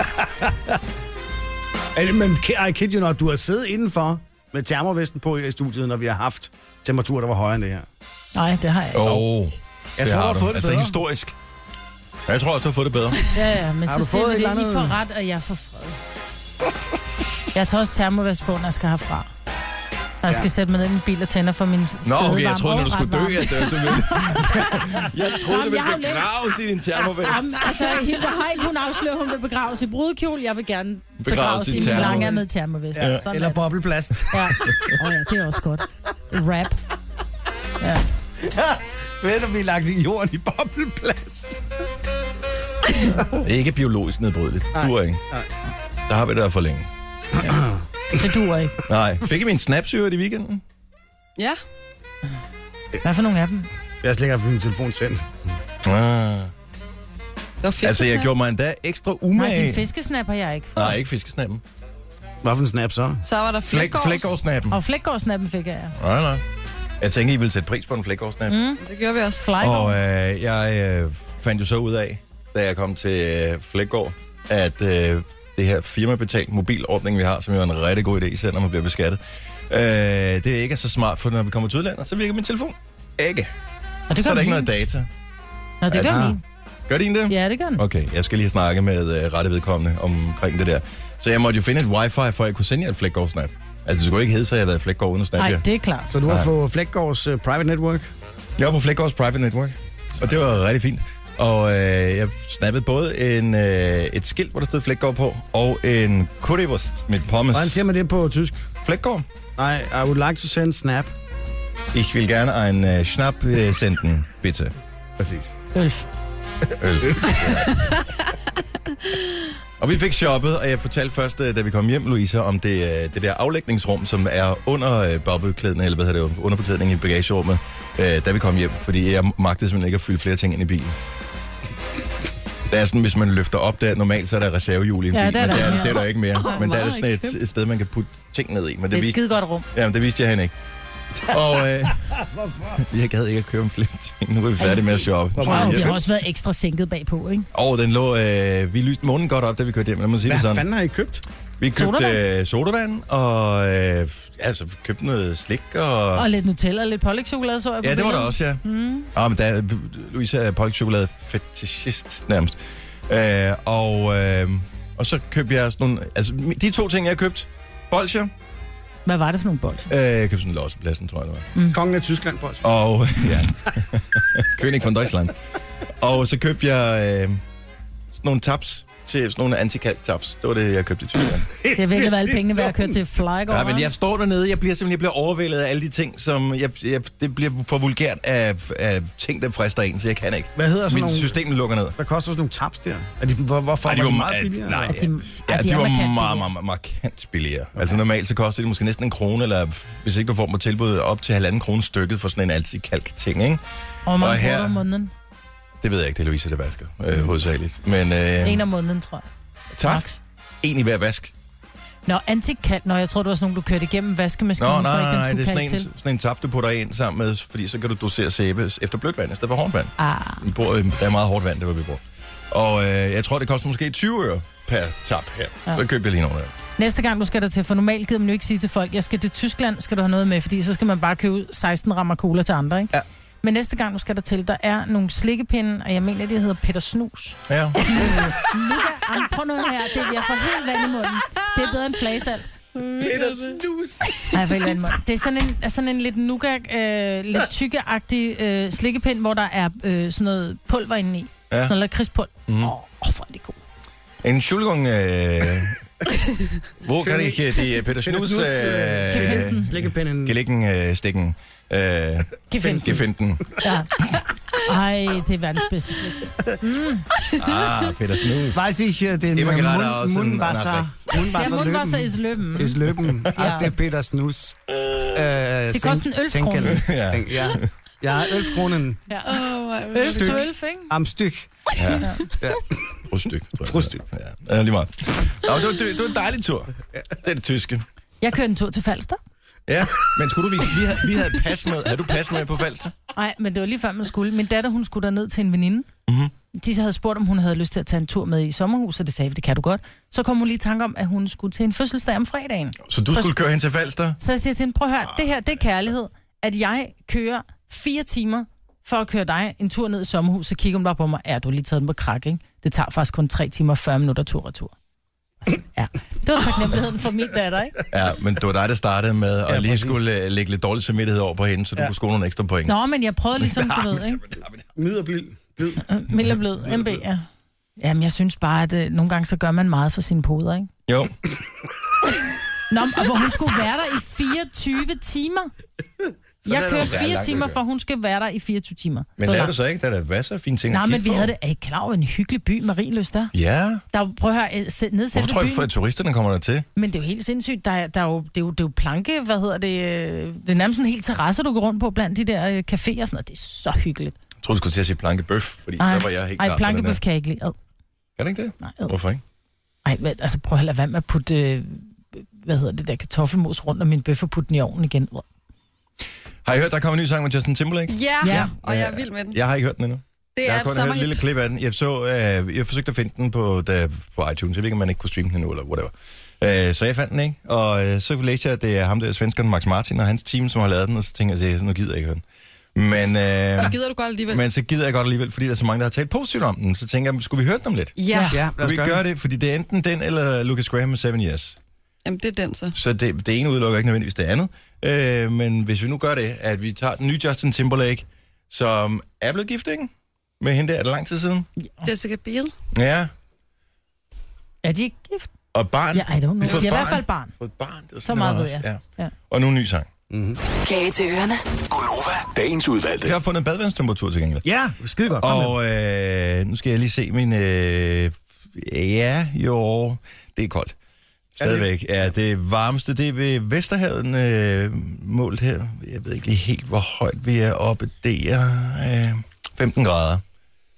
Altså, Men ki- I kid you not, du har siddet indenfor med termovesten på i studiet, når vi har haft temperaturer, der var højere end det her. Nej, det har jeg ikke. Åh, oh, Jeg tror, du har fået det altså bedre. historisk. Ja, jeg tror også, du har fået det bedre. Ja, ja, men Har du så fået siger et vi eller lige, I andet- får ret, og jeg får fred. Jeg tager også termovest på, når jeg skal herfra. Når jeg Ja. skal sætte mig ned i min bil og tænder for min Nå, søde okay, jeg varme troede, når du skulle dø, overbrændvarme. at det var sådan Jeg troede, det Jamen, jeg ville har jo læst- begraves i din termovæg. Jamen, altså, Hilda Heil, hun afslører, hun vil begraves i brudekjole. Jeg vil gerne Begraves begraves i i min termovest. lange med termovest. Ja. Sådan Eller er det. bobleplast. Ja. Oh, ja, det er også godt. Rap. Ved du, vi er lagt i jorden i bobleplast? Ikke biologisk nedbrydeligt. Du er ikke. Nej. Der har vi det der for længe. Det duer ikke. Nej, fik I min snaps i øvrigt i weekenden? Ja, Hvad for nogle af dem? Jeg har slet ikke haft min telefon tændt. Ah. det var fedt. Altså, jeg gjorde mig endda ekstra Nej, din umage. fiskesnap har jeg ikke fået. Nej, ikke fiskesnappen. Hvad for en snap så? Så var der Flæk, flækgårds. flækårsnappen. Og flækgårdsnappen fik jeg. Nej, nej. Jeg tænkte, I ville sætte pris på en flækårsnap. Mm. Det gjorde vi også. Flygård. Og øh, jeg øh, fandt jo så ud af, da jeg kom til øh, Flækgård, at øh, det her firmabetalt mobilordning, vi har, som jo er en rigtig god idé, selv når man bliver beskattet, øh, det er ikke så smart, for når vi kommer til udlandet, så virker min telefon ikke. Og det Så gør er der ikke min. noget data. Nå, det gør Ja. min. Gør din det? Ja, det gør den. Okay, jeg skal lige snakke med øh, rette vedkommende omkring det der. Så jeg måtte jo finde et wifi, for at jeg kunne sende jer et Flækgård-snap. Altså, det skulle ikke hedde sig, at jeg har været i Flækgård uden at snappe Nej, jer. det er klart. Så du har Nej. fået Flækgaards uh, private network? Jeg var på Flækgaards private network, og det var rigtig fint. Og øh, jeg snappede både en, øh, et skilt, hvor der stod Flækgaard på, og en currywurst med pommes. Hvordan siger man det på tysk? Flækgaard? Nej, I would like to send snap. Ich will gerne en øh, schnapp øh, senden, bitte. Præcis. Ølf. Øl. og vi fik shoppet, og jeg fortalte først, øh, da vi kom hjem, Louisa, om det, øh, det der aflægningsrum, som er under øh, bobbelklædning, eller hvad hedder det, underbeklædning i bagagerummet, øh, da vi kom hjem, fordi jeg magtede simpelthen ikke at fylde flere ting ind i bilen. Det er sådan, hvis man løfter op der, normalt så er der reservehjul i en Ja, bil, det er men der. det er, det er der ikke mere. Åh, men der er der meget sådan et, et sted, man kan putte ting ned i, men Det det, er et viste, skide godt rum. jamen, det viste jeg hende ikke. Og øh, jeg gad ikke at købe flere ting. Nu er vi færdige med at shoppe. Hvor Wow, meget? de har også været ekstra sænket bagpå, ikke? Og den lå, øh, vi lyste månen godt op, da vi kørte hjem. Lad mig sige det Hvad sådan. fanden har I købt? Vi købte Sodavand? øh, sodavand, og øh, f- altså, vi købte noget slik, og... Og lidt Nutella og lidt pålægtschokolade, så jeg på ja, det var der billedet. også, ja. Mm. Ah, men der, Louise er polkchokolade fetishist nærmest. Øh, og, øh, og så købte jeg sådan nogle... Altså, mi- de to ting, jeg købte. Bolsjer. Øh, Hvad var det for nogle bolcher? jeg købte sådan en lossepladsen, tror jeg, det var. Kongen af Tyskland, boys. Og ja, König von Deutschland. Og så købte jeg øh, sådan nogle tabs til sådan nogle antikalk tabs. Det var det, jeg købte i Tyskland. Det har virkelig været alle pengene værd at køre til Flygård. Nej, men jeg står dernede, jeg bliver simpelthen jeg bliver overvældet af alle de ting, som jeg, jeg, det bliver for vulgært af, af ting, der frister en, så jeg kan ikke. Hvad hedder sådan Mit nogle... system lukker ned. Hvad koster sådan nogle tabs der? Er de, hvor, hvorfor Ej, Ej, de var de var meget meget- billigere? nej. Og de, Ja, ja, de, de er var meget, markant meget, billigere. meget, markant billigere. Altså normalt så koster det måske næsten en krone, eller hvis ikke du får dem på tilbud, op til halvanden krone stykket for sådan en antikalk ting, ikke? Og hvor Og mange her- kroner om måneden? Det Det ved jeg ikke, det er Louise, der vasker, øh, hovedsageligt. Men er En øh, om måneden, tror jeg. tak. Max. En i hver vask. Nå, antikalt. Nå, jeg tror, det var sådan nogle, du kørte igennem vaskemaskinen, Nå, nej, for nej, ikke nej, den det er skulle sådan kalde en, til. sådan en tab, du putter ind sammen med, fordi så kan du dosere sæbe efter blødt vand, i stedet for hårdt vand. Ah, Vi bor, øh, der er meget hårdt vand, det hvor vi bor. Og øh, jeg tror, det koster måske 20 øre per tab her. Ja. Ja. Så køber jeg lige nogle af. næste gang, du skal der til, for normalt gider man jo ikke sige til folk, jeg skal til Tyskland, skal du have noget med, fordi så skal man bare købe 16 rammer cola til andre, ikke? Ja. Men næste gang, du skal der til, der er nogle slikkepinde, og jeg mener, det hedder Peter Snus. Ja. Mega, Ej, prøv nu her, det jeg får helt vand i munden. Det er bedre end flagesalt. Peter Snus. Ej, jeg får helt vand i munden. Det er sådan en, er sådan en lidt nougat, øh, lidt tykkeagtig øh, slikkepind, hvor der er øh, sådan noget pulver indeni. Ja. Sådan noget lakridspulver. Åh, mm. oh, hvor er det god. En schulgung... Øh, hvor kan Køb- ikke de øh, Peter Snus... Snus, øh, Øh, Slikkepinden. Gelikken, øh, stikken, øh, Gefind. gefinden. Ja. Ej, det er verdens bedste slik. Ah, Peter Snus. Weiß ich, äh, den Immer gerade Mund- aus dem Mundwasser. Nachricht. Ja, Mundwasser mundvasser Löwen. is løben. Ist Löwen. Aus der Peter Snus. Äh, Sie Øh, kosten 11 Senken. Kronen. Ja. Senken, Ja. Ja, 11 Kronen Ja. Åh, hvor er vi- Øl Styk. 12, ikke? am Stück. Fruststyk. tror jeg. Fruststyk. Ja, ja lige meget. Nå, det, var, det, det var en dejlig tur. Det er det tyske. Jeg kørte en tur til Falster. Ja, men skulle du vise, vi havde, vi havde pas med. Havde du pas med på Falster? Nej, men det var lige før, man skulle. Min datter, hun skulle derned til en veninde. Mm-hmm. Tisse havde spurgt, om hun havde lyst til at tage en tur med i sommerhuset, det sagde vi, det kan du godt. Så kom hun lige i tanke om, at hun skulle til en fødselsdag om fredagen. Så du skulle køre hen til Falster? Så jeg siger til hende, prøv at høre, det her, det er kærlighed, at jeg kører fire timer for at køre dig en tur ned i sommerhuset, så kigger hun bare på mig, ja, du har lige taget den på krak, ikke? Det tager faktisk kun 3 timer og 40 minutter tur og tur. Ja, det var taknemmeligheden for min datter, ikke? Ja, men det var dig, der startede med at ja, Ja, lige præcis. skulle øh, lægge lidt dårlig samvittighed over på hende, så du ja. kunne score nogle ekstra point. Nå, men jeg prøvede ligesom, du ved, ikke? Mid og blid. blid. Mild og blød, MB, ja. Jamen, jeg synes bare, at øh, nogle gange så gør man meget for sine poder, ikke? Jo, Nå, men- og hvor hun skulle være der i 24 timer. jeg er kører det jo. Ja, fire langt timer, at køre. for hun skal være der i 24 timer. men Det var lavede du langt. så ikke? Der er da masser af fine ting at Nej, men kigge vi på. havde det. Er I klar over en hyggelig by, Marienløs der? Ja, Der er jo- prøv at høre, øh, se- ned hvorfor selve tror jeg, byen. at turisterne kommer der til? Men det er jo helt sindssygt. Der er, der er jo, det, er jo, det er jo planke, hvad hedder det? øh, Det er nærmest en hel terrasse, du går rundt på blandt de der øh, caféer og sådan noget. Det er så hyggeligt. Jeg troede, du skulle til at sige plankebøf, fordi Ej, så var jeg helt klar Ej, på den plankebøf her. kan jeg ikke lide. Ad. Kan det ikke det? Nej, ad. Hvorfor ikke? Ej, hvad, altså prøv at lade være med at putte, øh, hvad hedder det der, kartoffelmos rundt om min bøf og putte den i ovnen igen. Ad. Har I hørt, der kommer en ny sang med Justin Timberlake? Ja, Ja. ja, og jeg er vild med den. Jeg har ikke hørt den endnu. Det jeg er har et kun hørt et sommerhit. lille klip af den. Jeg, så, øh, jeg forsøgte at finde den på, da, på iTunes. Jeg ved ikke, om man ikke kunne streame den endnu, eller whatever. Øh, så jeg fandt den, ikke? Og øh, så læste jeg, at det er ham der, svenskeren Max Martin, og hans team, som har lavet den, og så tænkte jeg, at nu gider jeg ikke høre den. Men, Så øh, gider du godt alligevel. men så gider jeg godt alligevel, fordi der er så mange, der har talt positivt om den. Så tænker jeg, skulle vi høre den om lidt? Ja, ja. Ja, lad Kunne os vi gøre gøre det? Fordi det er enten den, eller Lucas Graham med Seven Years. Jamen, det er den så. Så det, det ene udelukker ikke nødvendigvis det andet. Øh, men hvis vi nu gør det, at vi tager den nye Justin Timberlake, som er blevet gift, ikke? Med hende der, er det lang tid siden? Det er sikkert Biel. Ja. Er de ikke gift? Og barn. Ja, I don't know. Vi får De er i barn. hvert fald barn. Fået barn. Det var sådan, Så det meget var ved også, jeg. Ja. Ja. Og nu en ny sang. Kage til ørerne. Gonova, dagens udvalgte. Jeg har fundet en badevandstemperatur til gengæld. Ja, skide godt. Og øh, nu skal jeg lige se min... Øh, ja, jo. Det er koldt. Stadigvæk. Ja, det varmeste, det er ved Vesterhaven øh, målt her. Jeg ved ikke lige helt, hvor højt vi er oppe. Det er øh, 15 grader.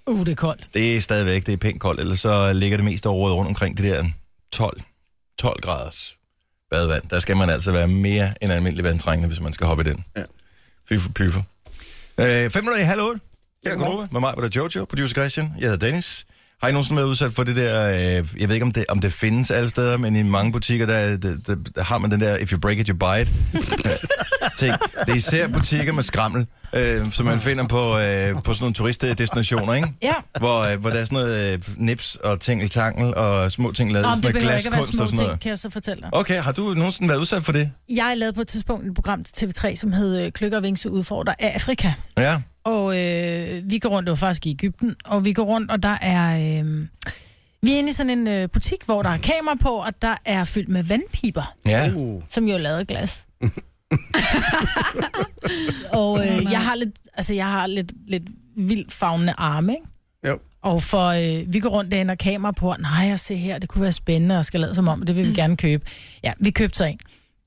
Uh, det er koldt. Det er stadigvæk, det er pænt koldt, ellers så ligger det meste overhovedet rundt omkring det der 12, 12 graders badevand. Der skal man altså være mere end almindelig vandtrængende, hvis man skal hoppe i den. Ja. Fy for pyfer. Øh, fem minutter i halv otte. Her går over med mig, hvor der er Jojo, producer Christian. Jeg hedder Dennis. Har I nogensinde været udsat for det der, øh, jeg ved ikke om det, om det findes alle steder, men i mange butikker, der, der, der, der har man den der, if you break it, you buy it. ting. Det er især butikker med skrammel, øh, som man finder på, øh, på sådan nogle turistdestinationer, ikke? Ja. hvor, øh, hvor der er sådan noget øh, nips og tingeltangel og små ting lavet Nå, i men det sådan noget behøver ikke at være glaskunst små og sådan ting, noget. kan jeg så fortælle dig. Okay, har du nogensinde været udsat for det? Jeg lavede på et tidspunkt et program til TV3, som hed øh, Kløkker og Vingse udfordrer Afrika. Ja. Og øh, vi går rundt, det var faktisk i Ægypten, og vi går rundt, og der er... Øh, vi er inde i sådan en øh, butik, hvor der er kamera på, og der er fyldt med vandpiber, Ja. Uh, som jo er lavet af glas. og øh, jeg har lidt, altså, jeg har lidt, lidt vildt fagnende arme, ikke? jo. Og for øh, vi går rundt derinde og kamera på, nej, og se her, det kunne være spændende, og skal lade som om, det vil vi gerne købe. Ja, vi købte så en.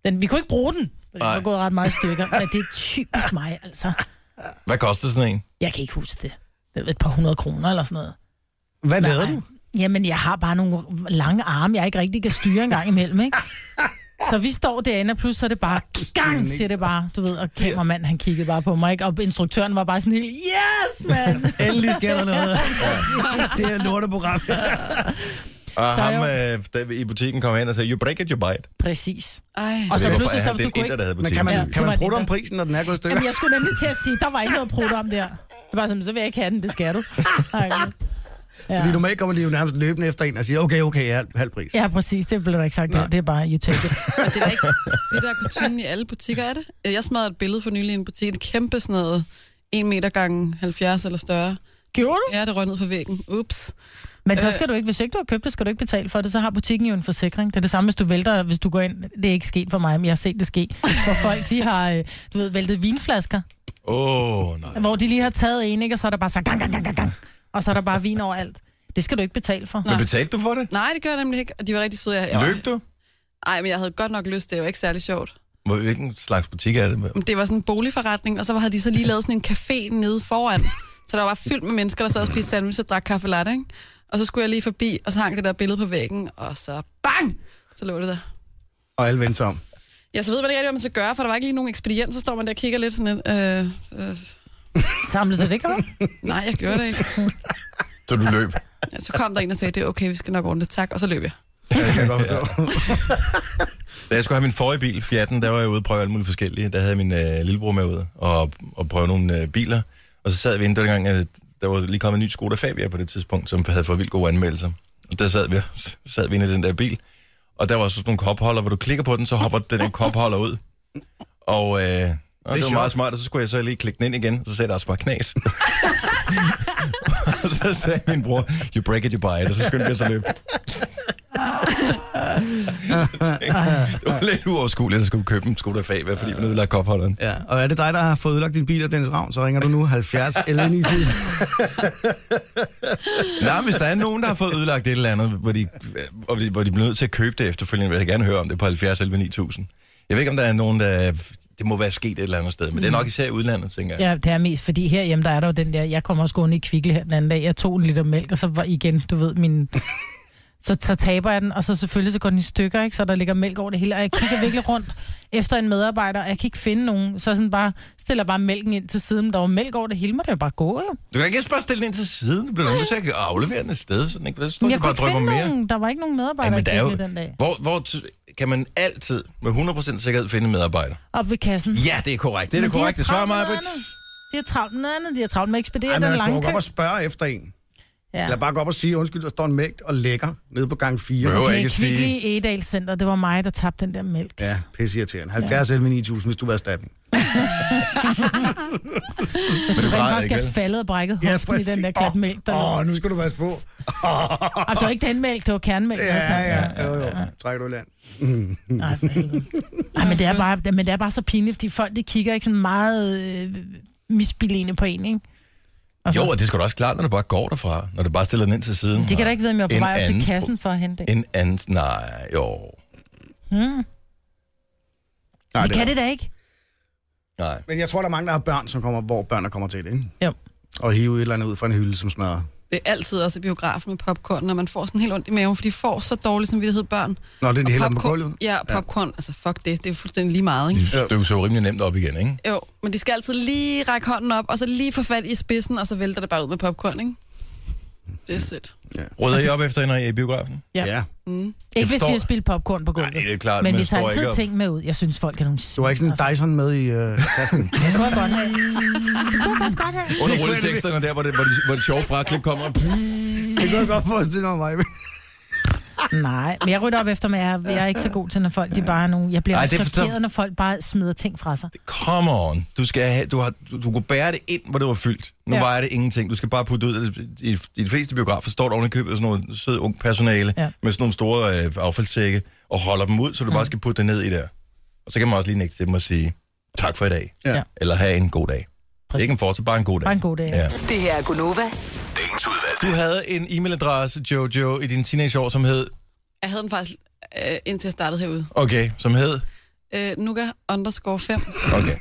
Den, vi kunne ikke bruge den, for den Nej. var gået ret meget i stykker, men det er typisk mig, altså. Hvad koster sådan en? Jeg kan ikke huske det. Det var et par hundrede kroner eller sådan noget. Hvad lavede Nej. du? Jamen, jeg har bare nogle lange arme, jeg ikke rigtig kan styre en gang imellem, ikke? Så vi står derinde, og pludselig så er det bare, gang, siger det bare, du ved, og kameramanden, han kiggede bare på mig, ikke? Og instruktøren var bare sådan helt, yes, mand! Endelig sker der noget. det er et lorteprogram. Og Så ham jo. øh, der i butikken kom hen og sagde, you break it, you buy it. Præcis. Ej, Og så Hvorfor pludselig, er så ham den du kunne inder, ikke... der havde Men butikken? kan man, Ja, ja, det kan var man en bruge om idé. prisen, når den er gået i stykker? Jamen, jeg skulle nemlig til at sige, der var ikke noget brudt om der. Det var som, så vil jeg ikke have den, det skal du. Ej, okay. Fordi Ja. normalt kommer de jo nærmest løbende efter en og siger, okay, okay, halv, halv pris. ja, præcis, det blev der ikke sagt. Det er bare, you take it. og det er da ikke det der kutumen i alle butikker, er det? Øh, Jeg smadrede et billede for nylig i en butik, et kæmpe sådan noget, 1 meter gange 70 eller større. Gjorde du? Ja, det røg ned på væggen. Ups. Men så skal du ikke, hvis ikke du har købt det, skal du ikke betale for det, så har butikken jo en forsikring. Det er det samme, hvis du vælter, hvis du går ind. Det er ikke sket for mig, men jeg har set det ske. Hvor folk, de har, øh, du ved, væltet vinflasker, Åh, oh, nej. hvor de lige har taget en, ikke? Og så er der bare så gang, gang, gang, gang, gang. Og så er der bare vin overalt. Det skal du ikke betale for. Men betalte du for det? Nej, det gør jeg nemlig ikke, og de var rigtig søde. Jeg, jeg, Løb du? Ej, men jeg havde godt nok lyst, det var ikke særlig sjovt. Hvor- Hvilken slags butik er det? med? Men Det var sådan en boligforretning, og så havde de så lige lavet sådan en café nede foran. Så der var fyldt med mennesker, der sad og spiste sandwich og drak kaffe latte, ikke? Og så skulle jeg lige forbi, og så hang det der billede på væggen, og så bang! Så lå det der. Og alle vendte sig om. Ja, så ved man ikke rigtig, hvad man skal gøre, for der var ikke lige nogen ekspedient, så står man der og kigger lidt sådan lidt, øh, øh, Samlet det, det kan man. nej, jeg gjorde det ikke. Så du løb. Ja, så kom der en og sagde, det er okay, vi skal nok ordne det, tak, og så løb jeg. Ja, det kan jeg godt forstå. Da jeg skulle have min forrige bil, Fiat'en, der var jeg ude og prøve alt muligt forskellige. Der havde jeg min øh, lillebror med ud og, og prøve nogle øh, biler. Og så sad vi inde, det var dengang, øh, der var lige kommet en ny Skoda Fabia på det tidspunkt, som havde fået vildt gode anmeldelser. Og der sad vi, sad vi inde i den der bil, og der var så sådan nogle kopholder, hvor du klikker på den, så hopper den der kopholder ud. Og øh, det, det, det var sjovt. meget smart, og så skulle jeg så lige klikke den ind igen, og så sagde der også bare knas. og så sagde min bror, you break it, you buy it, og så skyndte jeg så løb. Det var lidt uoverskueligt, at jeg skulle købe en Skoda Fabia, fordi man ødelagde kopholderen. Ja, og er det dig, der har fået ødelagt din bil af Dennis Ravn, så ringer du nu 70 eller 9000. Nej, hvis der er nogen, der har fået ødelagt et eller andet, hvor de, og de- hvor de bliver nødt til at købe det efterfølgende, vil jeg gerne høre om det på 70 11 9000. Jeg ved ikke, om der er nogen, der... Det må være sket et eller andet sted, men det er nok især i udlandet, tænker jeg. Ja, det er mest, fordi herhjemme, der er der jo den der, jeg kommer også gående i kvikle her den anden dag, jeg tog en liter mælk, og så var igen, du ved, min... Så, så taber jeg den, og så selvfølgelig så går den i stykker, ikke? så der ligger mælk over det hele, og jeg kigger virkelig rundt efter en medarbejder, og jeg kan ikke finde nogen, så jeg sådan bare, stiller bare mælken ind til siden, men der var mælk over det hele, må det jo bare gå, jo. Du kan ikke bare stille den ind til siden. Du bliver nødt til at aflevere den et sted, så den ikke... Så står Men de jeg kunne bare og ikke drypper finde mere. nogen, der var ikke nogen Ja, medarbejder men der er i jo, kvikle den dag. hvor, hvor t- kan man altid med 100% sikkerhed finde en medarbejder? Op ved kassen. Ja, det er korrekt. Det er Men det de har korrekte svar, travlt med Maja. noget andet. De har travlt med noget andet, de har travlt med at ekspedere Ej, den man lange går kø. op og spørger efter en. Ja. Eller bare gå op og sige, undskyld, der står en mægt og lækker nede på gang 4. Behøver Okay, ikke at Kvickly sige- i Edal Center, det var mig, der tabte den der mælk. Ja, pisse irriterende. 70 11 9000, hvis du var erstatning. Hvis du du rent græder faktisk ikke, er vel? faldet og brækket hoften i den der klat mælk. Der Åh, oh, oh, nu skal du passe på. Og det var ikke den mælk, det var kernemælk. Ja, jeg tabte. ja, jo, jo. Træk du i land. Nej, for helvede. Ej, men det, er bare, men det er bare så pinligt, fordi folk de kigger ikke sådan meget øh, misbilligende på en, ikke? Og så- Jo, og det skal du også klart, når du bare går derfra. Når du bare stiller den ind til siden. De kan da ikke vide, om jeg er En på vej op anden til sprog. kassen for at hente det. En anden... Nej, jo. Nej, Det kan det da ikke. Nej. Men jeg tror, der er mange, der har børn, som kommer, hvor børn kommer til det, ikke? Jo. Og hive et eller andet ud fra en hylde, som smadrer. Det er altid også i biografen med popcorn, når man får sådan helt ondt i maven, for de får så dårlig samvittighed børn. Nå, det er de heller på gulvet. popcorn, ja, og popcorn, ja. altså fuck det, det er fuldstændig lige meget, ikke? Det er jo så rimelig nemt op igen, ikke? Jo, men de skal altid lige række hånden op, og så lige få fat i spidsen, og så vælter det bare ud med popcorn, ikke? Det er sødt. Rydder I op efter, når I er i biografen? Ja. Ja. Ikke hvis de forstår- har spildt popcorn på gulvet. Nej, det er klart, men men vi jeg tager står altid ikke op. ting med ud. Jeg synes, folk er nogle svin. Du har ikke sådan en Dyson med i øh, tasken. Det kunne jeg godt have. Det kunne jeg faktisk godt have. Under rulleteksterne der, hvor det, hvor det, hvor det sjove fraklip kommer. det kunne jeg godt forestille mig, Maja. Nej, men jeg rydder op efter, men jeg, jeg er ikke så god til, når folk de bare er nogle... Jeg bliver Ej, Ej, også det er for- chokeret, når folk bare smider ting fra sig. Come on. Du, skal have, du, har, du, du kunne bære det ind, hvor det var fyldt. Nu Ja. ja. vejer det ingenting. Du skal bare putte det ud. altså, I, I de fleste biografer står der ovenikøbet sådan nogle søde unge personale Ja. ja. med sådan nogle store øh, affaldssække og holder dem ud, så du bare skal putte det ned i der. Og så kan man også lige nægte til dem og sige tak for i dag. Ja. Eller have en god dag. Præcis. Ikke en fortsat, bare en god dag. Bare en god dag, ja. Ja. Det her er Gunova. Dagens udvalgte. Du havde en e-mailadresse, Jojo, i dine teenageår, som hed... Jeg havde den faktisk, øh, indtil jeg startede herude. Okay, som hed... Øh, Nuka underscore 5, Okay.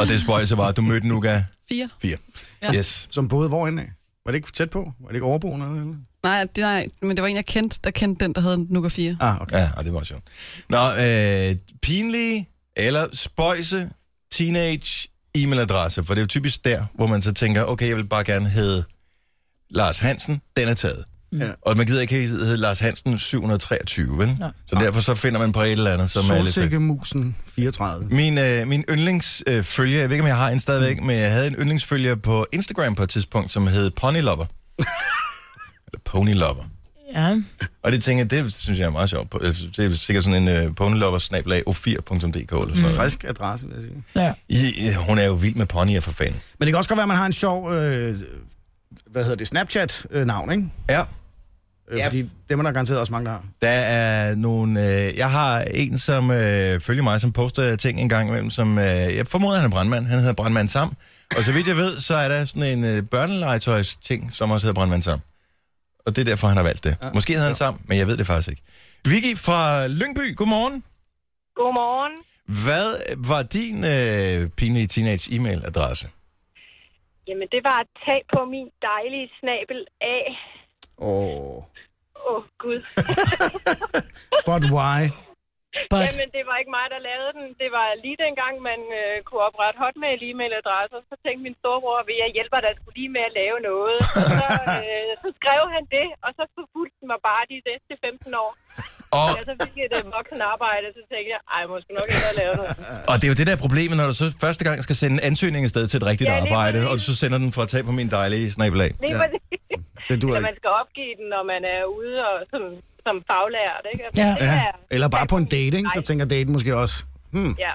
og det spøjse var, at du mødte Nuka 4. 4. Ja. Ja. Yes. Som boede hvorhen af? Var det ikke tæt på? Var det ikke overboende? eller noget? Nej, det, nej, men det var en, jeg kendte, der kendte den, der havde Nuka 4. Ah, okay. Ja, og det var sjovt. Nå, øh, pinlige eller spøjse teenage e-mailadresse, for det er jo typisk der, hvor man så tænker, okay, jeg vil bare gerne hedde Lars Hansen, den er taget. Ja. Og man gider ikke hedde Lars Hansen 723, vel? Nej. Så derfor så finder man på et eller andet, som er lidt fedt. Solsikkemusen 34. Min, øh, min yndlingsfølger, øh, følger, jeg ved ikke, om jeg har en stadigvæk, men jeg havde en yndlingsfølger på Instagram på et tidspunkt, som hed Pony Lover. Eller Pony Lover. Ja. Og det tænker jeg, det synes jeg er meget sjovt. Øh, Det er sikkert sådan en øh, ponylover-o4.dk eller sådan noget. Frisk adresse, vil jeg sige. ja. I, øh, hun er jo vild med ponyer for fanden. Men det kan også godt være, at man har en sjov, øh, hvad hedder det, Snapchat-navn, ikke? Ja. Øh, Ja. Fordi det er der garanteret også mange, der har. Der er nogle... Øh, jeg har en, som øh, følger mig, som poster ting en gang imellem, som... Øh, jeg formoder, han er brandmand. Han hedder Brandmand Sam. Og så vidt jeg ved, så er der sådan en øh, børnelegetøjs-ting, som også hedder Brandmand Sam. Og det er derfor, han har valgt det. Ja. Måske hedder han Sam, men jeg ved det faktisk ikke. Vicky fra Lyngby, godmorgen. Godmorgen. Hvad var din øh, pinlige teenage-e-mail-adresse? Jamen, det var at tage på min dejlige snabel af. Åh. Oh. Åh, oh, Gud. But why? But, Jamen, det var ikke mig, der lavede den. Det var lige dengang, man øh, kunne oprette hotmail e-mailadresser. Så tænkte min storebror, vil jeg hjælper dig skulle lige med at lave noget. Og så, øh, så skrev han det, og så forfulgte den mig bare de næste 15 år. Og, Og så fik jeg det voksen arbejde, og så tænkte jeg, ej, måske nok ikke at lave noget. og det er jo det der problem, når du så første gang skal sende en ansøgning afsted til et rigtigt Ja, lige arbejde, præcis. og du så sender den for at tage på min dejlige snabelag. Lige Ja. ja. præcis. Det duer Eller ikke. man skal opgive den, når man er ude og som, som faglært, ikke? Altså, Ja. det Ja. er- Eller bare på en date, ikke? Så Nej. tænker daten måske også. Hmm. Ja.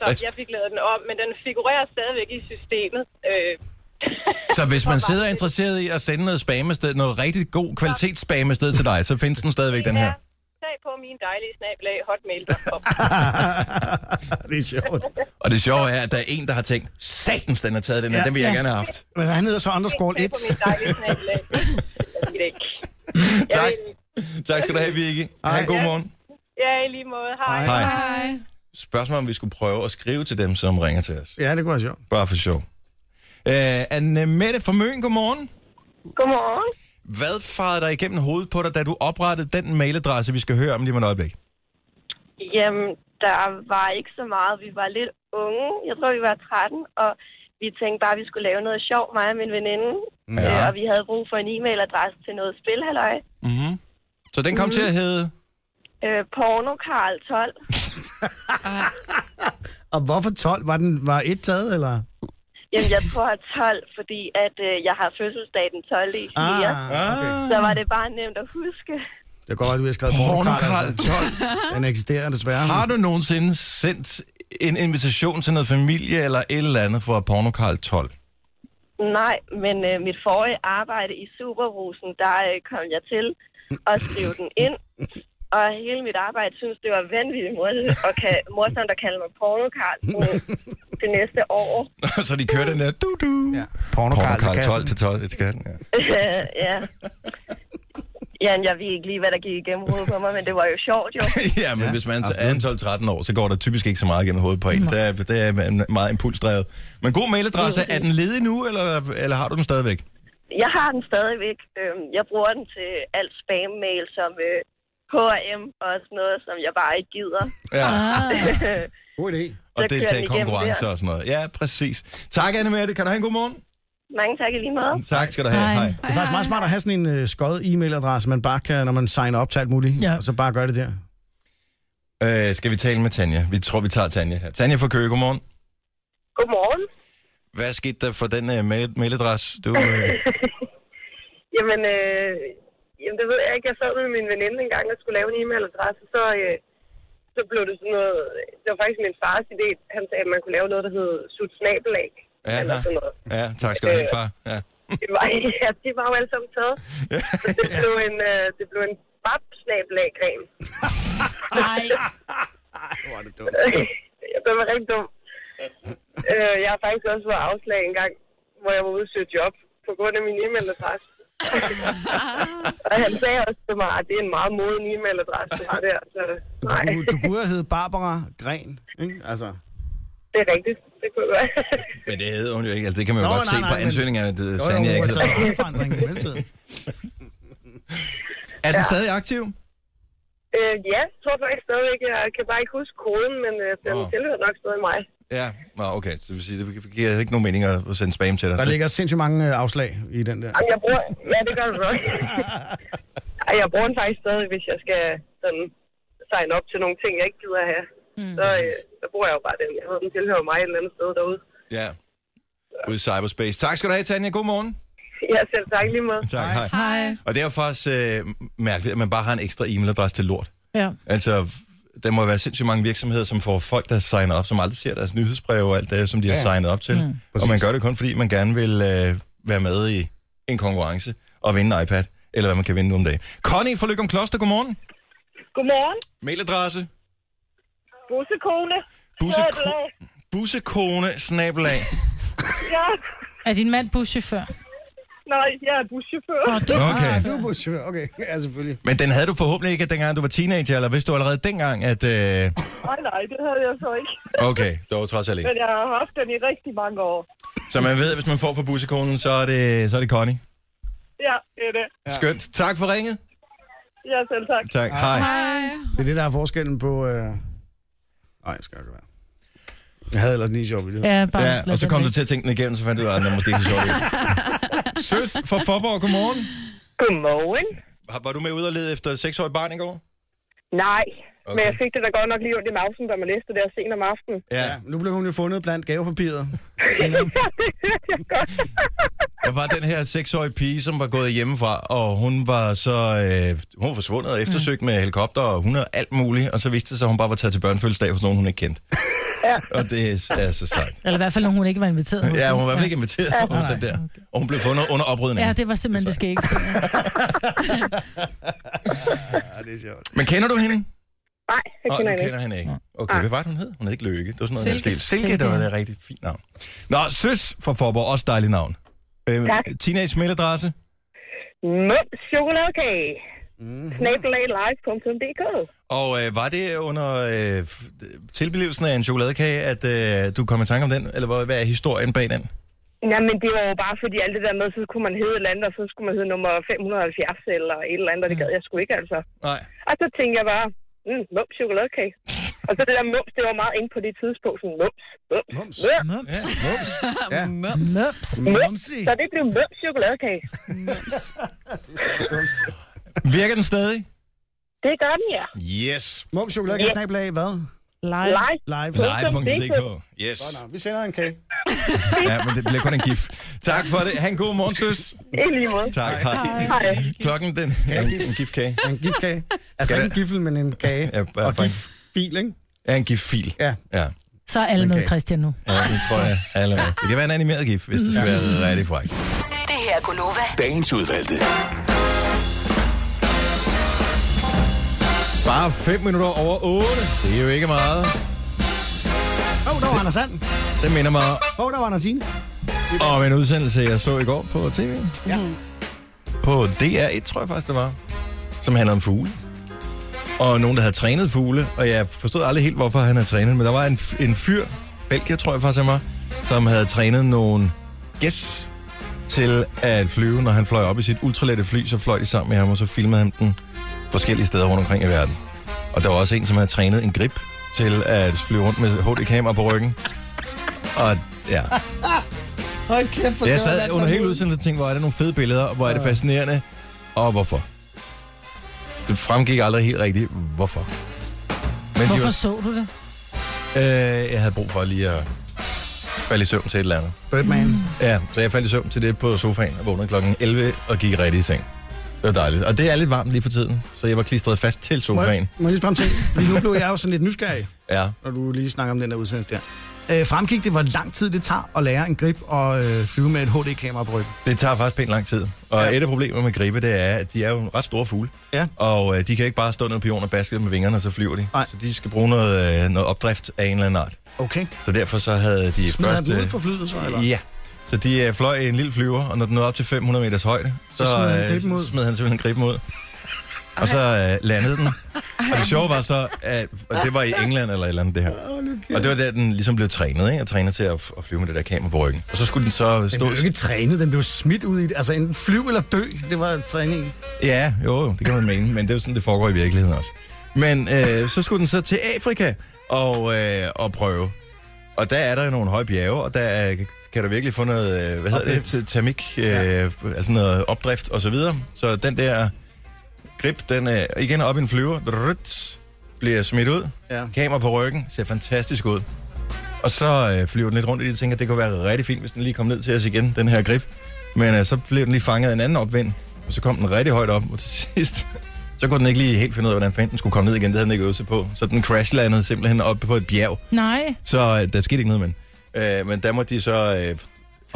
Så jeg fik lavet den om, men den figurerer stadigvæk i systemet. Øh, Så hvis man sidder interesseret i at sende noget spam afsted, noget rigtig god kvalitetsspam afsted til dig, så findes den stadigvæk den her. Ja, tag på min dejlige snablag hotmail.com. det er sjovt. Og det sjove er, at der er en, der har tænkt, satans, den har taget den her, Ja. den vil jeg Ja. gerne have haft. Men han hedder så underscore Tag 1. på min dejlige snablag. Jeg ved det ikke. Jeg Tak. ved det ikke. Tak skal du have, Vicky. Ha' en god morgen. Ja, i lige måde. Hej. Hej. Hej. Spørgsmål, om vi skulle prøve at skrive til dem, som ringer til os. Ja, det kunne være sjovt. Bare for sjov. Øh, Anne Mette fra Møn, godmorgen. Godmorgen. Hvad farede dig igennem hovedet på dig, da du oprettede den mailadresse, vi skal høre om lige om et øjeblik? Jamen, der var ikke så meget. Vi var lidt unge. Jeg tror, vi var 13, og vi tænkte bare, at vi skulle lave noget sjovt, mig og min veninde. Ja. Øh, og vi havde brug for en e-mailadresse til noget spilhalløj. Mm-hmm. Så den kom mm. til at hedde... Øh, porno Karl 12. Og hvorfor 12? Var, den, var et taget, eller? Jamen, jeg tror, at 12, fordi at, øh, jeg har fødselsdag den 12. i 4. Ah. okay. Så var det bare nemt at huske. Det er godt, at du har skrevet Pornokarl Pornokarl, altså. Den eksisterer desværre. Har du nogensinde sendt en invitation til noget familie eller et eller andet for Pornokarl 12? Nej, men øh, mit forrige arbejde i Superrusen, der øh, kom jeg til at skrive den ind. Og hele mit arbejde synes, det var vanvittigt morsomt at, ka- morsomt at kalde mig pornokarl det næste år. så de kører den der du-du. Ja. Pornokarl, Pornokarl 12 til 12 til kassen, ja. Øh, ja. Ja, jeg ved ikke lige, hvad der gik igennem hovedet på mig, men det var jo sjovt jo. ja, men ja, Ja, hvis man er en absolut. 12-13 år, så går der typisk ikke så meget gennem hovedet på en. Det er, det er man meget impulsdrevet. Men god mailadresse, er den ledig nu, eller, eller har du den stadigvæk? Jeg har den stadigvæk. Øhm, Jeg bruger den til alt spam-mail som øh, H&M og sådan noget, som jeg bare ikke gider. Ja, ah, God idé. og så det er til kører den igennem konkurrencer der. og sådan noget. Ja, præcis. Tak, Anne-Mette. Kan du have en god morgen? Mange tak i lige måde. Tak skal du have. Hej. Hej. Det er faktisk meget smart at have sådan en øh, skød e-mailadresse, man bare kan, når man signer op til alt muligt, Ja. ja. og så bare gøre det der. Hej. Øh, skal vi tale med Tanja? Vi tror, vi tager Tanja her. Tanja fra Køge, godmorgen. Godmorgen. Hvad skete der for den uh, mail- mailadresse? Du, uh... Jamen, øh, jamen, det ved jeg ikke. Jeg sad med min veninde en gang og skulle lave en e-mailadresse, så, øh, så blev det sådan noget... Det var faktisk min fars idé. Han sagde, at man kunne lave noget, der hed sut snabelag. Ja, eller ja. sådan noget. ja, tak skal du have, far. Ja. Det var, ja, de var jo alle sammen taget. Så det blev en, øh, det blev en bab snabelag gren nej. Hvor er det dumt. Jeg blev rigtig dum. Øh, jeg har faktisk også fået afslag en gang, hvor jeg var ude og søge job, på grund af min e-mailadresse. og han sagde også til mig, at det er en meget moden e-mailadresse, du har der. Så nej, Du, du burde hedde Barbara Gren, ikke? Altså. det er rigtigt. Det kunne det være. Men det hedder hun jo ikke. Altså, det kan man jo Nå, godt nej, se nej, på men- ansøgningerne, at øh, Jo, Tanja jo, ikke altså, hedder. forandring hele tiden. Er den stadig aktiv? øh, ja, jeg tror faktisk stadigvæk, jeg kan bare ikke huske koden, men øh, den Nå. tilhører nok stadig mig. Ja, Nå, okay. Så det vil sige, det giver ikke nogen mening at sende spam til dig. Der ligger sindssygt mange øh, afslag i den der. Jamen, jeg bruger... Ja, det gør det godt. Ej, jeg bruger den faktisk stadig, hvis jeg skal sådan sign op til nogle ting, jeg ikke gider have. Mm. Så, øh, så bruger jeg jo bare den. Jeg ved, den tilhører mig et eller andet sted derude. Ja. Ude i cyberspace. Tak skal du have, Tanja. God morgen. Ja, selv tak lige måde. Tak, hej. Hej. Og det er jo faktisk øh, mærkeligt, at man bare har en ekstra e-mailadresse til lort. Ja. Altså, der må være sindssygt mange virksomheder, som får folk, der signer op, som aldrig ser deres nyhedsbreve og alt det, som de har signet op til. Mm. Og man gør det kun, fordi man gerne vil øh, være med i en konkurrence og vinde en iPad, eller hvad man kan vinde nu om dagen. Connie fra Lykke om Kloster, godmorgen. Godmorgen, Mailadresse, bussekone. busseko- bussekone, snabelag. Ja, Er din mand buschauffør? nej, jeg er buschauffør. Nå, du, Okay. Du er buschauffør, okay. Ja, selvfølgelig. Men den havde du forhåbentlig ikke, dengang du var teenager, eller vidste du allerede dengang, at... Øh... Nej, nej, det havde jeg så ikke. Okay, det var trods alt ikke. jeg har haft den i rigtig mange år. Så man ved, at hvis man får for bussekonen, så er det, så er det Connie. Ja, det er det. Skønt. Tak for ringet. Ja, selv tak. Tak, hej. Hej. Det er det, der er forskellen på... Øh... Nej, det skal jeg ikke være. Jeg havde ellers en sjov video. Ja. Ja, bare Ja, lad og så den kom ligge. du til at tænke den igennem, så fandt du ud af, at den er måske ikke så sjov. ud. Søs fra Forborg, godmorgen. Godmorgen. Har- Var du med ude og lede efter et seksårigt barn i går? Nej, okay. men Okay. jeg fik det da godt nok lige ondt i mausen, da man læste det der sen om aftenen. ja. nu blev hun jo fundet blandt gavepapiret. det hørte jeg godt. Der var den her seksårige pige, som var gået hjemmefra, og hun var så øh, hun var forsvundet og eftersøgt med helikopter og hun og alt muligt, og så viste det sig, at hun bare var taget til børnefødselsdag hos nogen, hun ikke kendte. Ja. Og det er så sejt. Eller i hvert fald, når hun ikke var inviteret. hos Ja, hun var i hende. hvert fald ikke inviteret hos den der. Og hun blev fundet under oprydningen. Ja, det var simpelthen, det skal ikke ske. Ja, det er sjovt. Men kender du hende? Nej, det Nå, kender du jeg ikke. kender hende ikke. Okay, hvad var det, hun hed? Hun hed ikke Løkke. Det var sådan noget Silke. Silke. Stil. Silke, Silke, det var et rigtig fint navn. Nå, Søs fra Forborg, også dejligt navn. Øhm, Tak. teenage mailadresse. Mums chokoladekage. Snabelaglive.dk Og øh, var det under øh, f- tilblivelsen af en chokoladekage, at øh, du kom i tanke om den? Eller hvad, hvad er historien bag den? Nej, men det var jo bare fordi alt det der med, så kunne man hedde et eller andet, og så skulle man hedde nummer 570 eller et eller andet, og det gad jeg sgu ikke altså. Nej. Og så tænkte jeg bare, mm, mums chokoladekage. og så det der mums, det var meget inde på det tidspunkt, sådan mums, mums, mums. Mums. Mums. Ja. Mums. Ja. Mums. Mums. Mumsi. Så det blev mums chokoladekage. Mums. Virker den stadig? Det gør den, ja. Yes. Mums chokolade kan snakke af hvad? Live. Live. Live. Live.dk. Yes. Nå, nå, vi sender en kage. Ja, men det bliver kun en gif. Tak for det. Ha' en god morgen, Søs. I lige måde. Tak. Hej. Hej. Klokken den... Ja, en en giftkage. En giftkage. Altså Skal ikke der- en giffel, men en kage. Ja, bare- og bare en- giftfil, ikke? Ja, en giftfil. Ja. Ja. Så er alle med, Okay. Christian, nu. Ja, det tror jeg alle er. Det kan være en animeret gif, hvis det skal være rigtig frækt. Det her er Gunova. Dagens udvalgte. Bare 5 minutter over 8. Det er jo ikke meget. Hov, der var Anders Sand. Det minder mig Hov, der var Andersine. om en udsendelse, jeg så i går på tv. Ja. På DR1, tror jeg faktisk, det var. Som handler om fugle. Og nogen, der havde trænet fugle. Og jeg forstod aldrig helt, hvorfor han havde trænet. Men der var en, f- en fyr, Belgier tror jeg faktisk, han var, som havde trænet nogle gæs til at flyve. Når han fløj op i sit ultralette fly, så fløj de sammen med ham, og så filmede han den forskellige steder rundt omkring i verden. Og der var også en, som havde trænet en grip til at flyve rundt med HD-kamera på ryggen. Og ja, Hold kæft, for jeg det var sad da under hele tålmodigt. udsendelsen og tænkte, hvor er det nogle fede billeder, og hvor er det fascinerende, og hvorfor? Det fremgik aldrig helt rigtigt, hvorfor. Men Hvorfor de så du det? var, øh, jeg havde brug for lige at falde i søvn til et eller andet. Birdman. Ja, så jeg faldt i søvn til det på sofaen og vågnede klokken 11 og gik rigtig i seng. Det var dejligt. Og det er lidt varmt lige for tiden, så jeg var klistret fast til Må sofaen. jeg, må jeg lige spørge om ting? Fordi nu blev jeg jo sådan lidt nysgerrig, Ja. når du lige snakker om den der udsendelse der. Øh, fremgik det, hvor lang tid det tager at lære en grip og øh, flyve med et HD-kamera på ryggen? Det tager faktisk pænt lang tid. Og ja. et af problemerne med gribe, det er, at de er jo ret store fugle. Ja. Og øh, de kan ikke bare stå nede på jorden og baske med vingerne, og så flyver de. Nej. Så de skal bruge noget, øh, noget opdrift af en eller anden art. Okay. Så derfor så havde de Smider først... den øh, ud for flyet så, eller? Ja. Så de øh, fløj i en lille flyver, og når den nåede op til 500 meters højde, så, smed han øh, griben ud. så smed han simpelthen griben ud. Og så øh, landede den. Og det sjove var så, at og det var i England eller et eller andet det her. Og det var der, den ligesom blev trænet, ikke? Og trænet til at, f- at flyve med det der kamera på ryggen. Og så skulle den så Den stå... blev jo ikke trænet, den blev smidt ud i det. Altså enten flyv eller dø, det var træningen. Ja, jo, jo, det kan man mene, men det er jo sådan, det foregår i virkeligheden også. Men øh, så skulle den så til Afrika og, øh, og prøve. Og der er der jo nogle høje bjerge, og der er, kan du virkelig få noget, øh, hvad hedder det, Te- termik, øh, Ja. altså noget opdrift og så videre. Så den der grip, den er igen op i en flyver, drrrt, bliver smidt ud, Ja. kamera på ryggen, ser fantastisk ud. Og så øh, flyver den lidt rundt i det, og tænker, det kunne være rigtig fint, hvis den lige kom ned til os igen, den her grip. Men øh, så blev den lige fanget af en anden opvind, og så kom den rigtig højt op, og til sidst, så kunne den ikke lige helt finde ud af, hvordan fanden den skulle komme ned igen, det havde den ikke øvet sig på. Så den crashlandede simpelthen oppe på et bjerg, Nej. så øh, der skete ikke noget med den. øh, Men der måtte de så øh,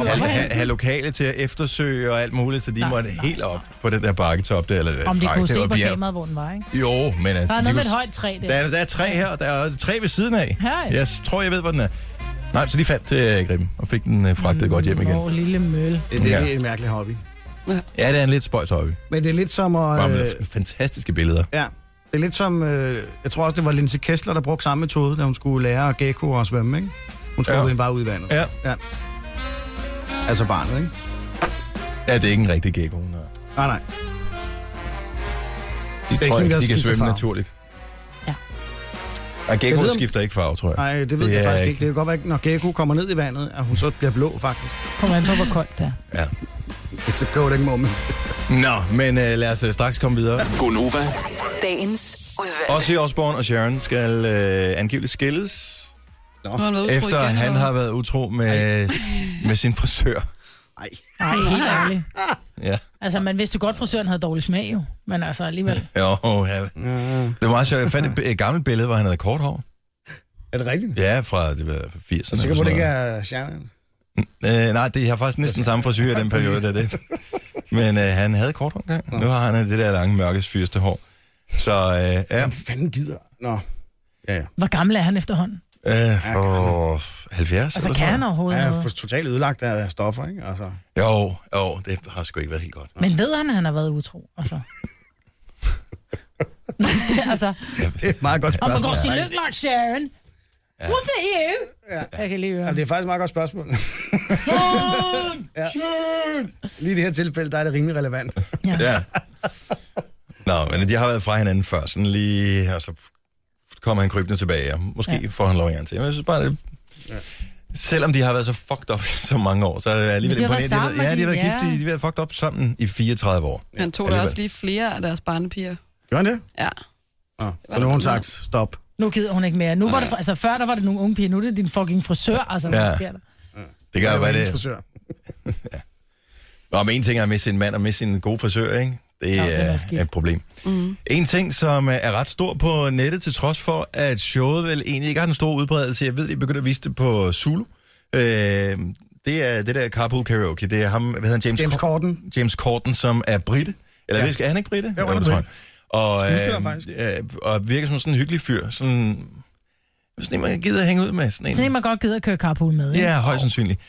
have, have, have lokale til at eftersøge og alt muligt, så de Nej, måtte nej, helt op på den der bakketop der. Eller, øh, Om de nej, kunne det se var på bjerg. kameraet, hvor den var, ikke? Jo, men... øh, Der er de noget med kunne et højt træ der der. er, der er tre her, og der er også tre ved siden af. Hej. Jeg tror, jeg ved, hvor den er. Nej, så de fandt øh, Grim og fik den øh, fragtet mm, godt hjem igen. Åh, lille mølle. Det, det er Ja. ja. en mærkelig hobby. Ja, det er en lidt spøjs hobby. Men det er lidt som Bare at... med Øh, f- fantastiske billeder. ja. Det er lidt som, øh, jeg tror også, det var Linse Kessler, der brugte samme metode, da hun skulle lære gecko at svømme, ikke? Hun skubbede Ja. ja. hende bare ud i vandet. Ja. ja. Altså barnet, ikke? Ja, det er ikke en rigtig gecko. Nej. Nej, nej. De, ikke tror, sådan, jeg, der de kan skifter svømme farve. naturligt. Ja. Og Jeg ved, geckoet om- skifter ikke farve, tror jeg. Nej, det ved Det det jeg er faktisk ikke- ikke. Det kan godt være, at når Gekko kommer ned i vandet, at hun så bliver blå, faktisk. Kommer an på, hvor koldt det er. Ja. It's a golden moment. Nå, men øh, lad os øh, straks komme videre. Gonova, Dagens udvalgte. Også i Osborne og Sharon skal øh, angiveligt skilles, Nu har han været utro efter igen, han eller har været utro med, med sin frisør. Nej. Nej, helt ærligt. Ja. Altså, man vidste jo godt, frisøren havde dårlig smag jo. Men altså, alligevel. Jo, ja. Det var meget sjovt. Jeg fandt et, bi- et gammelt billede, hvor han havde kort hår. Er det rigtigt? Ja, fra det var 80'erne. Så eller sikker sådan på, det ikke noget. er Shannon. Øh, nej, det har faktisk næsten samme frisyr i den periode, der det. Men øh, han havde kort hår engang. Nu har han øh, det der lange, mørkes fyrste hår. Så øh, ja, Hvem fanden gider? Nå. Ja, ja. Hvor gammel er han efterhånden? øh, åh, 70 Altså, eller kan sådan han overhovedet Jeg er noget? for- totalt ødelagt af stoffer, ikke? Altså. noget. Jo, jo, det har sgu ikke været helt godt. Men ved han, at han har været utro? Altså. Nej, det er altså, Det er et meget godt om man spørgsmål. går sin look like Sharon. What's it you? Ja. Jeg kan lige høre. Jamen, det er faktisk et meget godt spørgsmål. ja. Lige i det her tilfælde, der er det rimelig relevant. Ja. Nå, men de har været fra hinanden før, sådan lige, og så kommer han krybende tilbage, og måske ja. får han lov igen til. Men jeg synes bare, det... Selvom de har været så fucked up i så mange år, så er det alligevel Men de har været imponerende. sammen, ja, og de har de- været gift, ja. i- de har været fucked up sammen i 34 år. Han tog da Alligevel. også lige flere af deres barnepiger. Gjorde han det? Ja. Nå. Så nu har hun sagt, stop. Nu gider hun ikke mere. Nu var det, altså, før der var det nogle unge piger, nu er det din fucking frisør, altså, hvad Ja. sker der? Det kan jo være hendes det. frisør. Nå, men en ting er at miste sin mand og miste sin gode frisør, ikke? Det, Nå, ja, det er er, noget skidt. er et problem. Mm. En ting, som er ret stor på nettet, til trods for, at showet vel egentlig ikke har den store udbredelse. Jeg ved, de begyndte at vise det på Zulu. Øh, det er det der carpool karaoke. Det er ham, hvad hedder han? James, James Cor- Corden. James Corden, som er brite. Eller ja. er han ikke brite? han er det tror jeg. brite. Og, Skuespiller, faktisk. øh, og virker som sådan en hyggelig fyr. Sådan, sådan en, man gider at hænge ud med. Sådan en, Sådan en, man godt gider at køre carpool med, ikke? Ja, højst sandsynligt.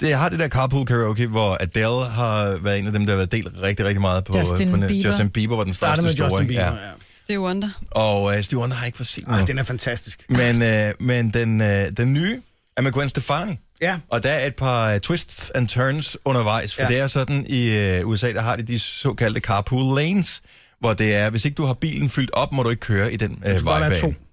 Det har det der carpool karaoke, hvor Adele har været en af dem, der har været delt rigtig, rigtig meget på Justin på, net. Bieber. Justin Bieber var den Starter største med store. Justin ikke? Bieber. Ja. Ja. Steve Wonder. Og uh, Steve Wonder har ikke fået set Ej, noget. den er fantastisk. Men, øh, men den, øh, den nye er med Gwen Stefani. Ja. Og der er et par øh, twists and turns undervejs, for ja. Ja. det er sådan, i øh, USA, der har de de såkaldte carpool lanes, hvor det er, hvis ikke du har bilen fyldt op, må du ikke køre i den Du øh, skal bare være to. vejbane.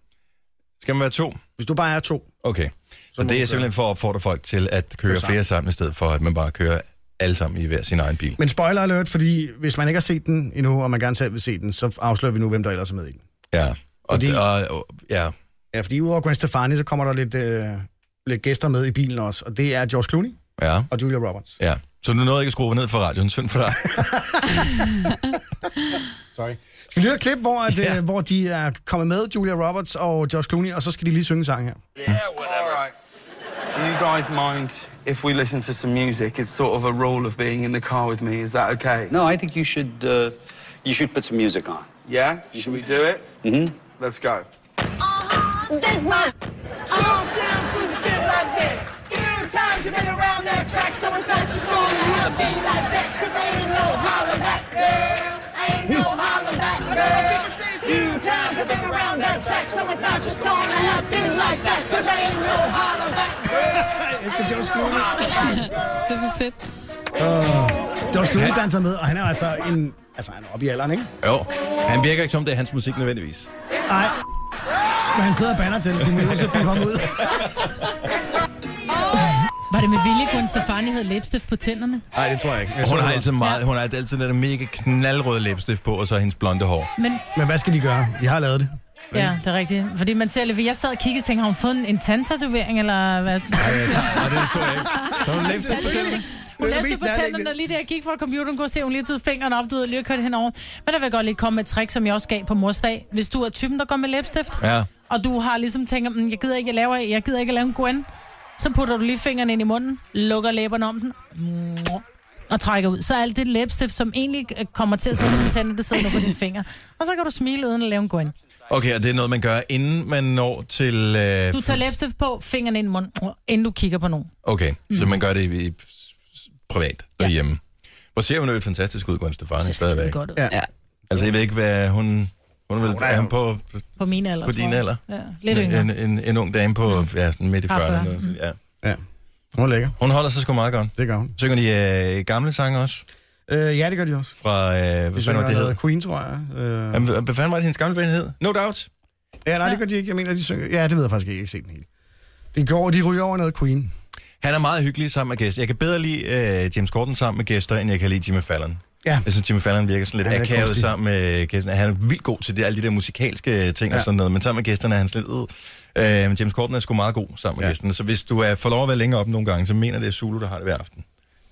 Skal man være to? Hvis du bare er to. Okay. Så må det du er gøre. simpelthen for at opfordre folk til at køre sammen. flere sammen, i stedet for at man bare kører alle sammen i hver sin egen bil. Men spoiler alert, fordi hvis man ikke har set den endnu, og man gerne selv vil se den, så afslører vi nu, hvem der ellers er med i den. Ja. Og, Fordi- det, og, og ja. Ja, fordi udover Gwen Stefani, så kommer der lidt, øh, lidt gæster med i bilen også, og det er George Clooney ja, og Julia Roberts. ja. Så du nåede ikke at skrue ned for radioen. Synd for dig. Sorry. Skal vi lige høre et klip, hvor, at, Ja. yeah. øh, hvor de er kommet med, Julia Roberts og George Clooney, og så skal de lige synge en sang her. All right. Do you guys mind if we listen to some music? It's sort of a rule of being in the car with me. Is that okay? No, I think you should uh, you should put some music on. Yeah? Should we do it? Mm-hmm. Let's go. This much. Oh, damn, sweet kid like this. Damn times you've been around that track, so it's not just gonna have be like that. Cause I ain't no holler back, girl. I ain't no holler back, girl. Few times I've been around that track, so it's not just gonna have be like that. Cause I ain't no holler back, girl. elsker I ain't George no Clooney. holler back, girl. Det er for fedt. George Clooney danser med, og han er altså en... Altså, han er oppe i alderen, ikke? jo. Han virker ikke som, det er hans musik nødvendigvis. Nej. Men han sidder og banner til, de må jo så blive ham ud. Var det med vilje, Gwen Stefani havde læbstift på tænderne? Nej, det tror jeg ikke. Jeg Hun tror, har det var- altid, meget, hun har altid den der mega knaldrøde læbstift på, og så hendes blonde hår. Men Men hvad skal de gøre? De har lavet det. ja, det er rigtigt. Fordi man ser lidt, jeg sad og kiggede og tænkte, har hun fået en, en tandtatovering, eller hvad? Og det så jeg ikke. Så hun læbstift på tænderne. Hun det læste mest på nærliggende. tænderne, og lige da jeg gik fra computeren, kunne jeg se, hun lige tog fingrene op, du ved, lige og kørte henover. Men der vil jeg godt lige komme med et trick, som jeg også gav på morsdag. Hvis du er typen, der går med læbstift, Ja. og du har ligesom tænker, "Mm, jeg gider ikke, jeg laver, jeg gider ikke at lave en Gwen, så putter du lige fingrene ind i munden, lukker læberne om den, mwah, og trækker ud. Så alt det læbstift, som egentlig øh, kommer til at sidde på dine tænder, det sidder nu på dine fingre. Og så kan du smile uden at lave en Gwen. Okay, og det er noget, man gør, inden man når til... Øh, Du tager læbstift på, fingrene ind i munden, mwah, inden du kigger på nogen. Okay, mm. så man gør det i, i privat derhjemme. Hvor ser hun jo et fantastisk ud, Gwen Stefani, Det ser skide stadigvæk. godt ud. Ja. Altså, jeg ved ikke, hvad hun... Hun er, vel, Hun er- er hun på, På min alder, på tror din jeg. alder? Ja, lidt yngre. En, en, en ung dame på ja, sådan midt i Par 40'erne. fyrre, Mm. eller sådan, Ja. Ja. Hun er lækker. Hun holder sig sgu meget godt. Det gør hun. Synger de øh, gamle sange også? Øh, ja, det gør de også. Fra, øh, hvad synes, fanden var det, der hed? er Queen, tror jeg. Øh, Jamen, hvad- hvad fanden var det, hendes gamle band hed? No Doubt. ja, nej, det gør de ikke. Jeg mener, de synger... Ja, det ved jeg faktisk ikke. Jeg har ikke set den helt. Det går, de ryger over noget Queen. Han er meget hyggelig sammen med gæster. Jeg kan bedre lide øh, James Corden sammen med gæster, end jeg kan lide Jimmy Fallon. Ja. Jeg synes, Jimmy Fallon virker sådan lidt Han er akavet kunstig. sammen med gæsterne. Han er vildt god til det, alle de der musikalske ting ja. og sådan noget, men sammen med gæsterne er han sådan lidt... Øh, Øh, men James Corden er sgu meget god sammen med ja. gæsterne, så hvis du er, får lov at være længere op nogle gange, så mener det er Zulu, der har det hver aften.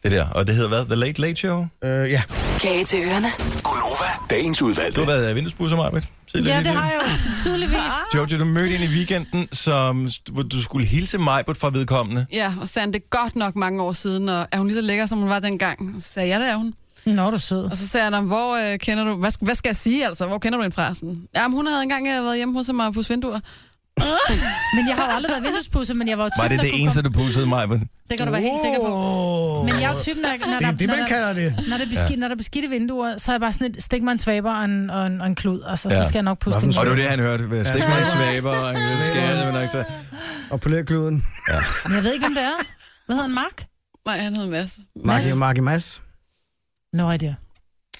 Det der. Og det hedder hvad? The Late Late Show? Øh, ja. Kage til ørerne. Gunova, dagens udvalgte. Du har været vinduesbusser, Marbet. Ja, det har jeg jo så tydeligvis. Jojo, du mødte en i weekenden, som hvor du skulle hilse Majbert fra vedkommende. Ja, og sagde han, det er godt nok mange år siden, og er hun lige så lækker, som hun var dengang? Og så sagde jeg, ja, det er hun. Nå, du er sød. Og så sagde han, "Nå, hvor øh, kender du, hvad, skal- hvad skal jeg sige altså, hvor kender du hende fra? Sådan, Jamen, hun havde engang øh, været hjemme hos mig og pudse vinduer. Men jeg har jo aldrig været vinduespudser, men jeg var jo typen, Var det der det kunne eneste, komme- du pudsede, Majbert? Det kan du være helt sikker på. Men jeg er jo typen, der, når Det der, er det, når man der, kalder det. når der, er beskidt, når der er beskidte vinduer, så er jeg bare sådan et, stik mig en svaber og en, og en, og en klud, og så, Ja. så skal jeg nok puste Hvad din for Og det mund. var det, han hørte. Stik mig en svaber, og en skade, men altså, nok så. Og polerer kluden. Men Jeg ved ikke, hvem det er. Hvad hedder han? Mark? Nej, han hed Mads. Marki, Marki Mas. Nå, er det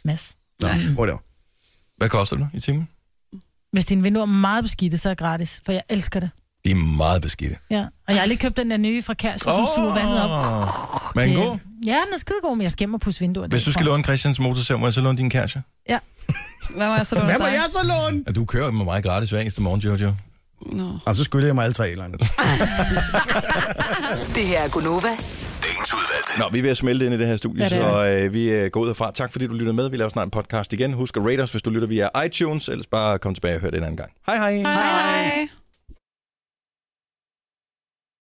Mads. Nå, whatever. Hvad koster det i timen? Hvis dine vinduer er meget beskidte, så er det gratis, for jeg elsker det. De er meget beskidte. Ja. Og jeg har lige købt den der nye fra Kærs, som suger vandet op. Men Øh, god. Ja, den er skidegod, men jeg skal hjem og pusse vinduer. Hvis du skal låne Christians motorsav, må jeg så låne din kæreste? Hvad var jeg så Hvad låne må dig? jeg så låne? Ja, du kører med mig gratis hver eneste morgen, Jojo. Nå. Og så skylder jeg mig alle tre et eller andet. Det her er Gunova. Dagens udvalgte. Nå, vi er ved at smelte ind i det her studie, Ja, ja, det er så øh, vi øh, går ud herfra. Tak fordi du lytter med. Vi laver snart en podcast igen. Husk at rate os, hvis du lytter via iTunes. Ellers bare kom tilbage og hør det en anden gang. Hej hej. Hej. Hej.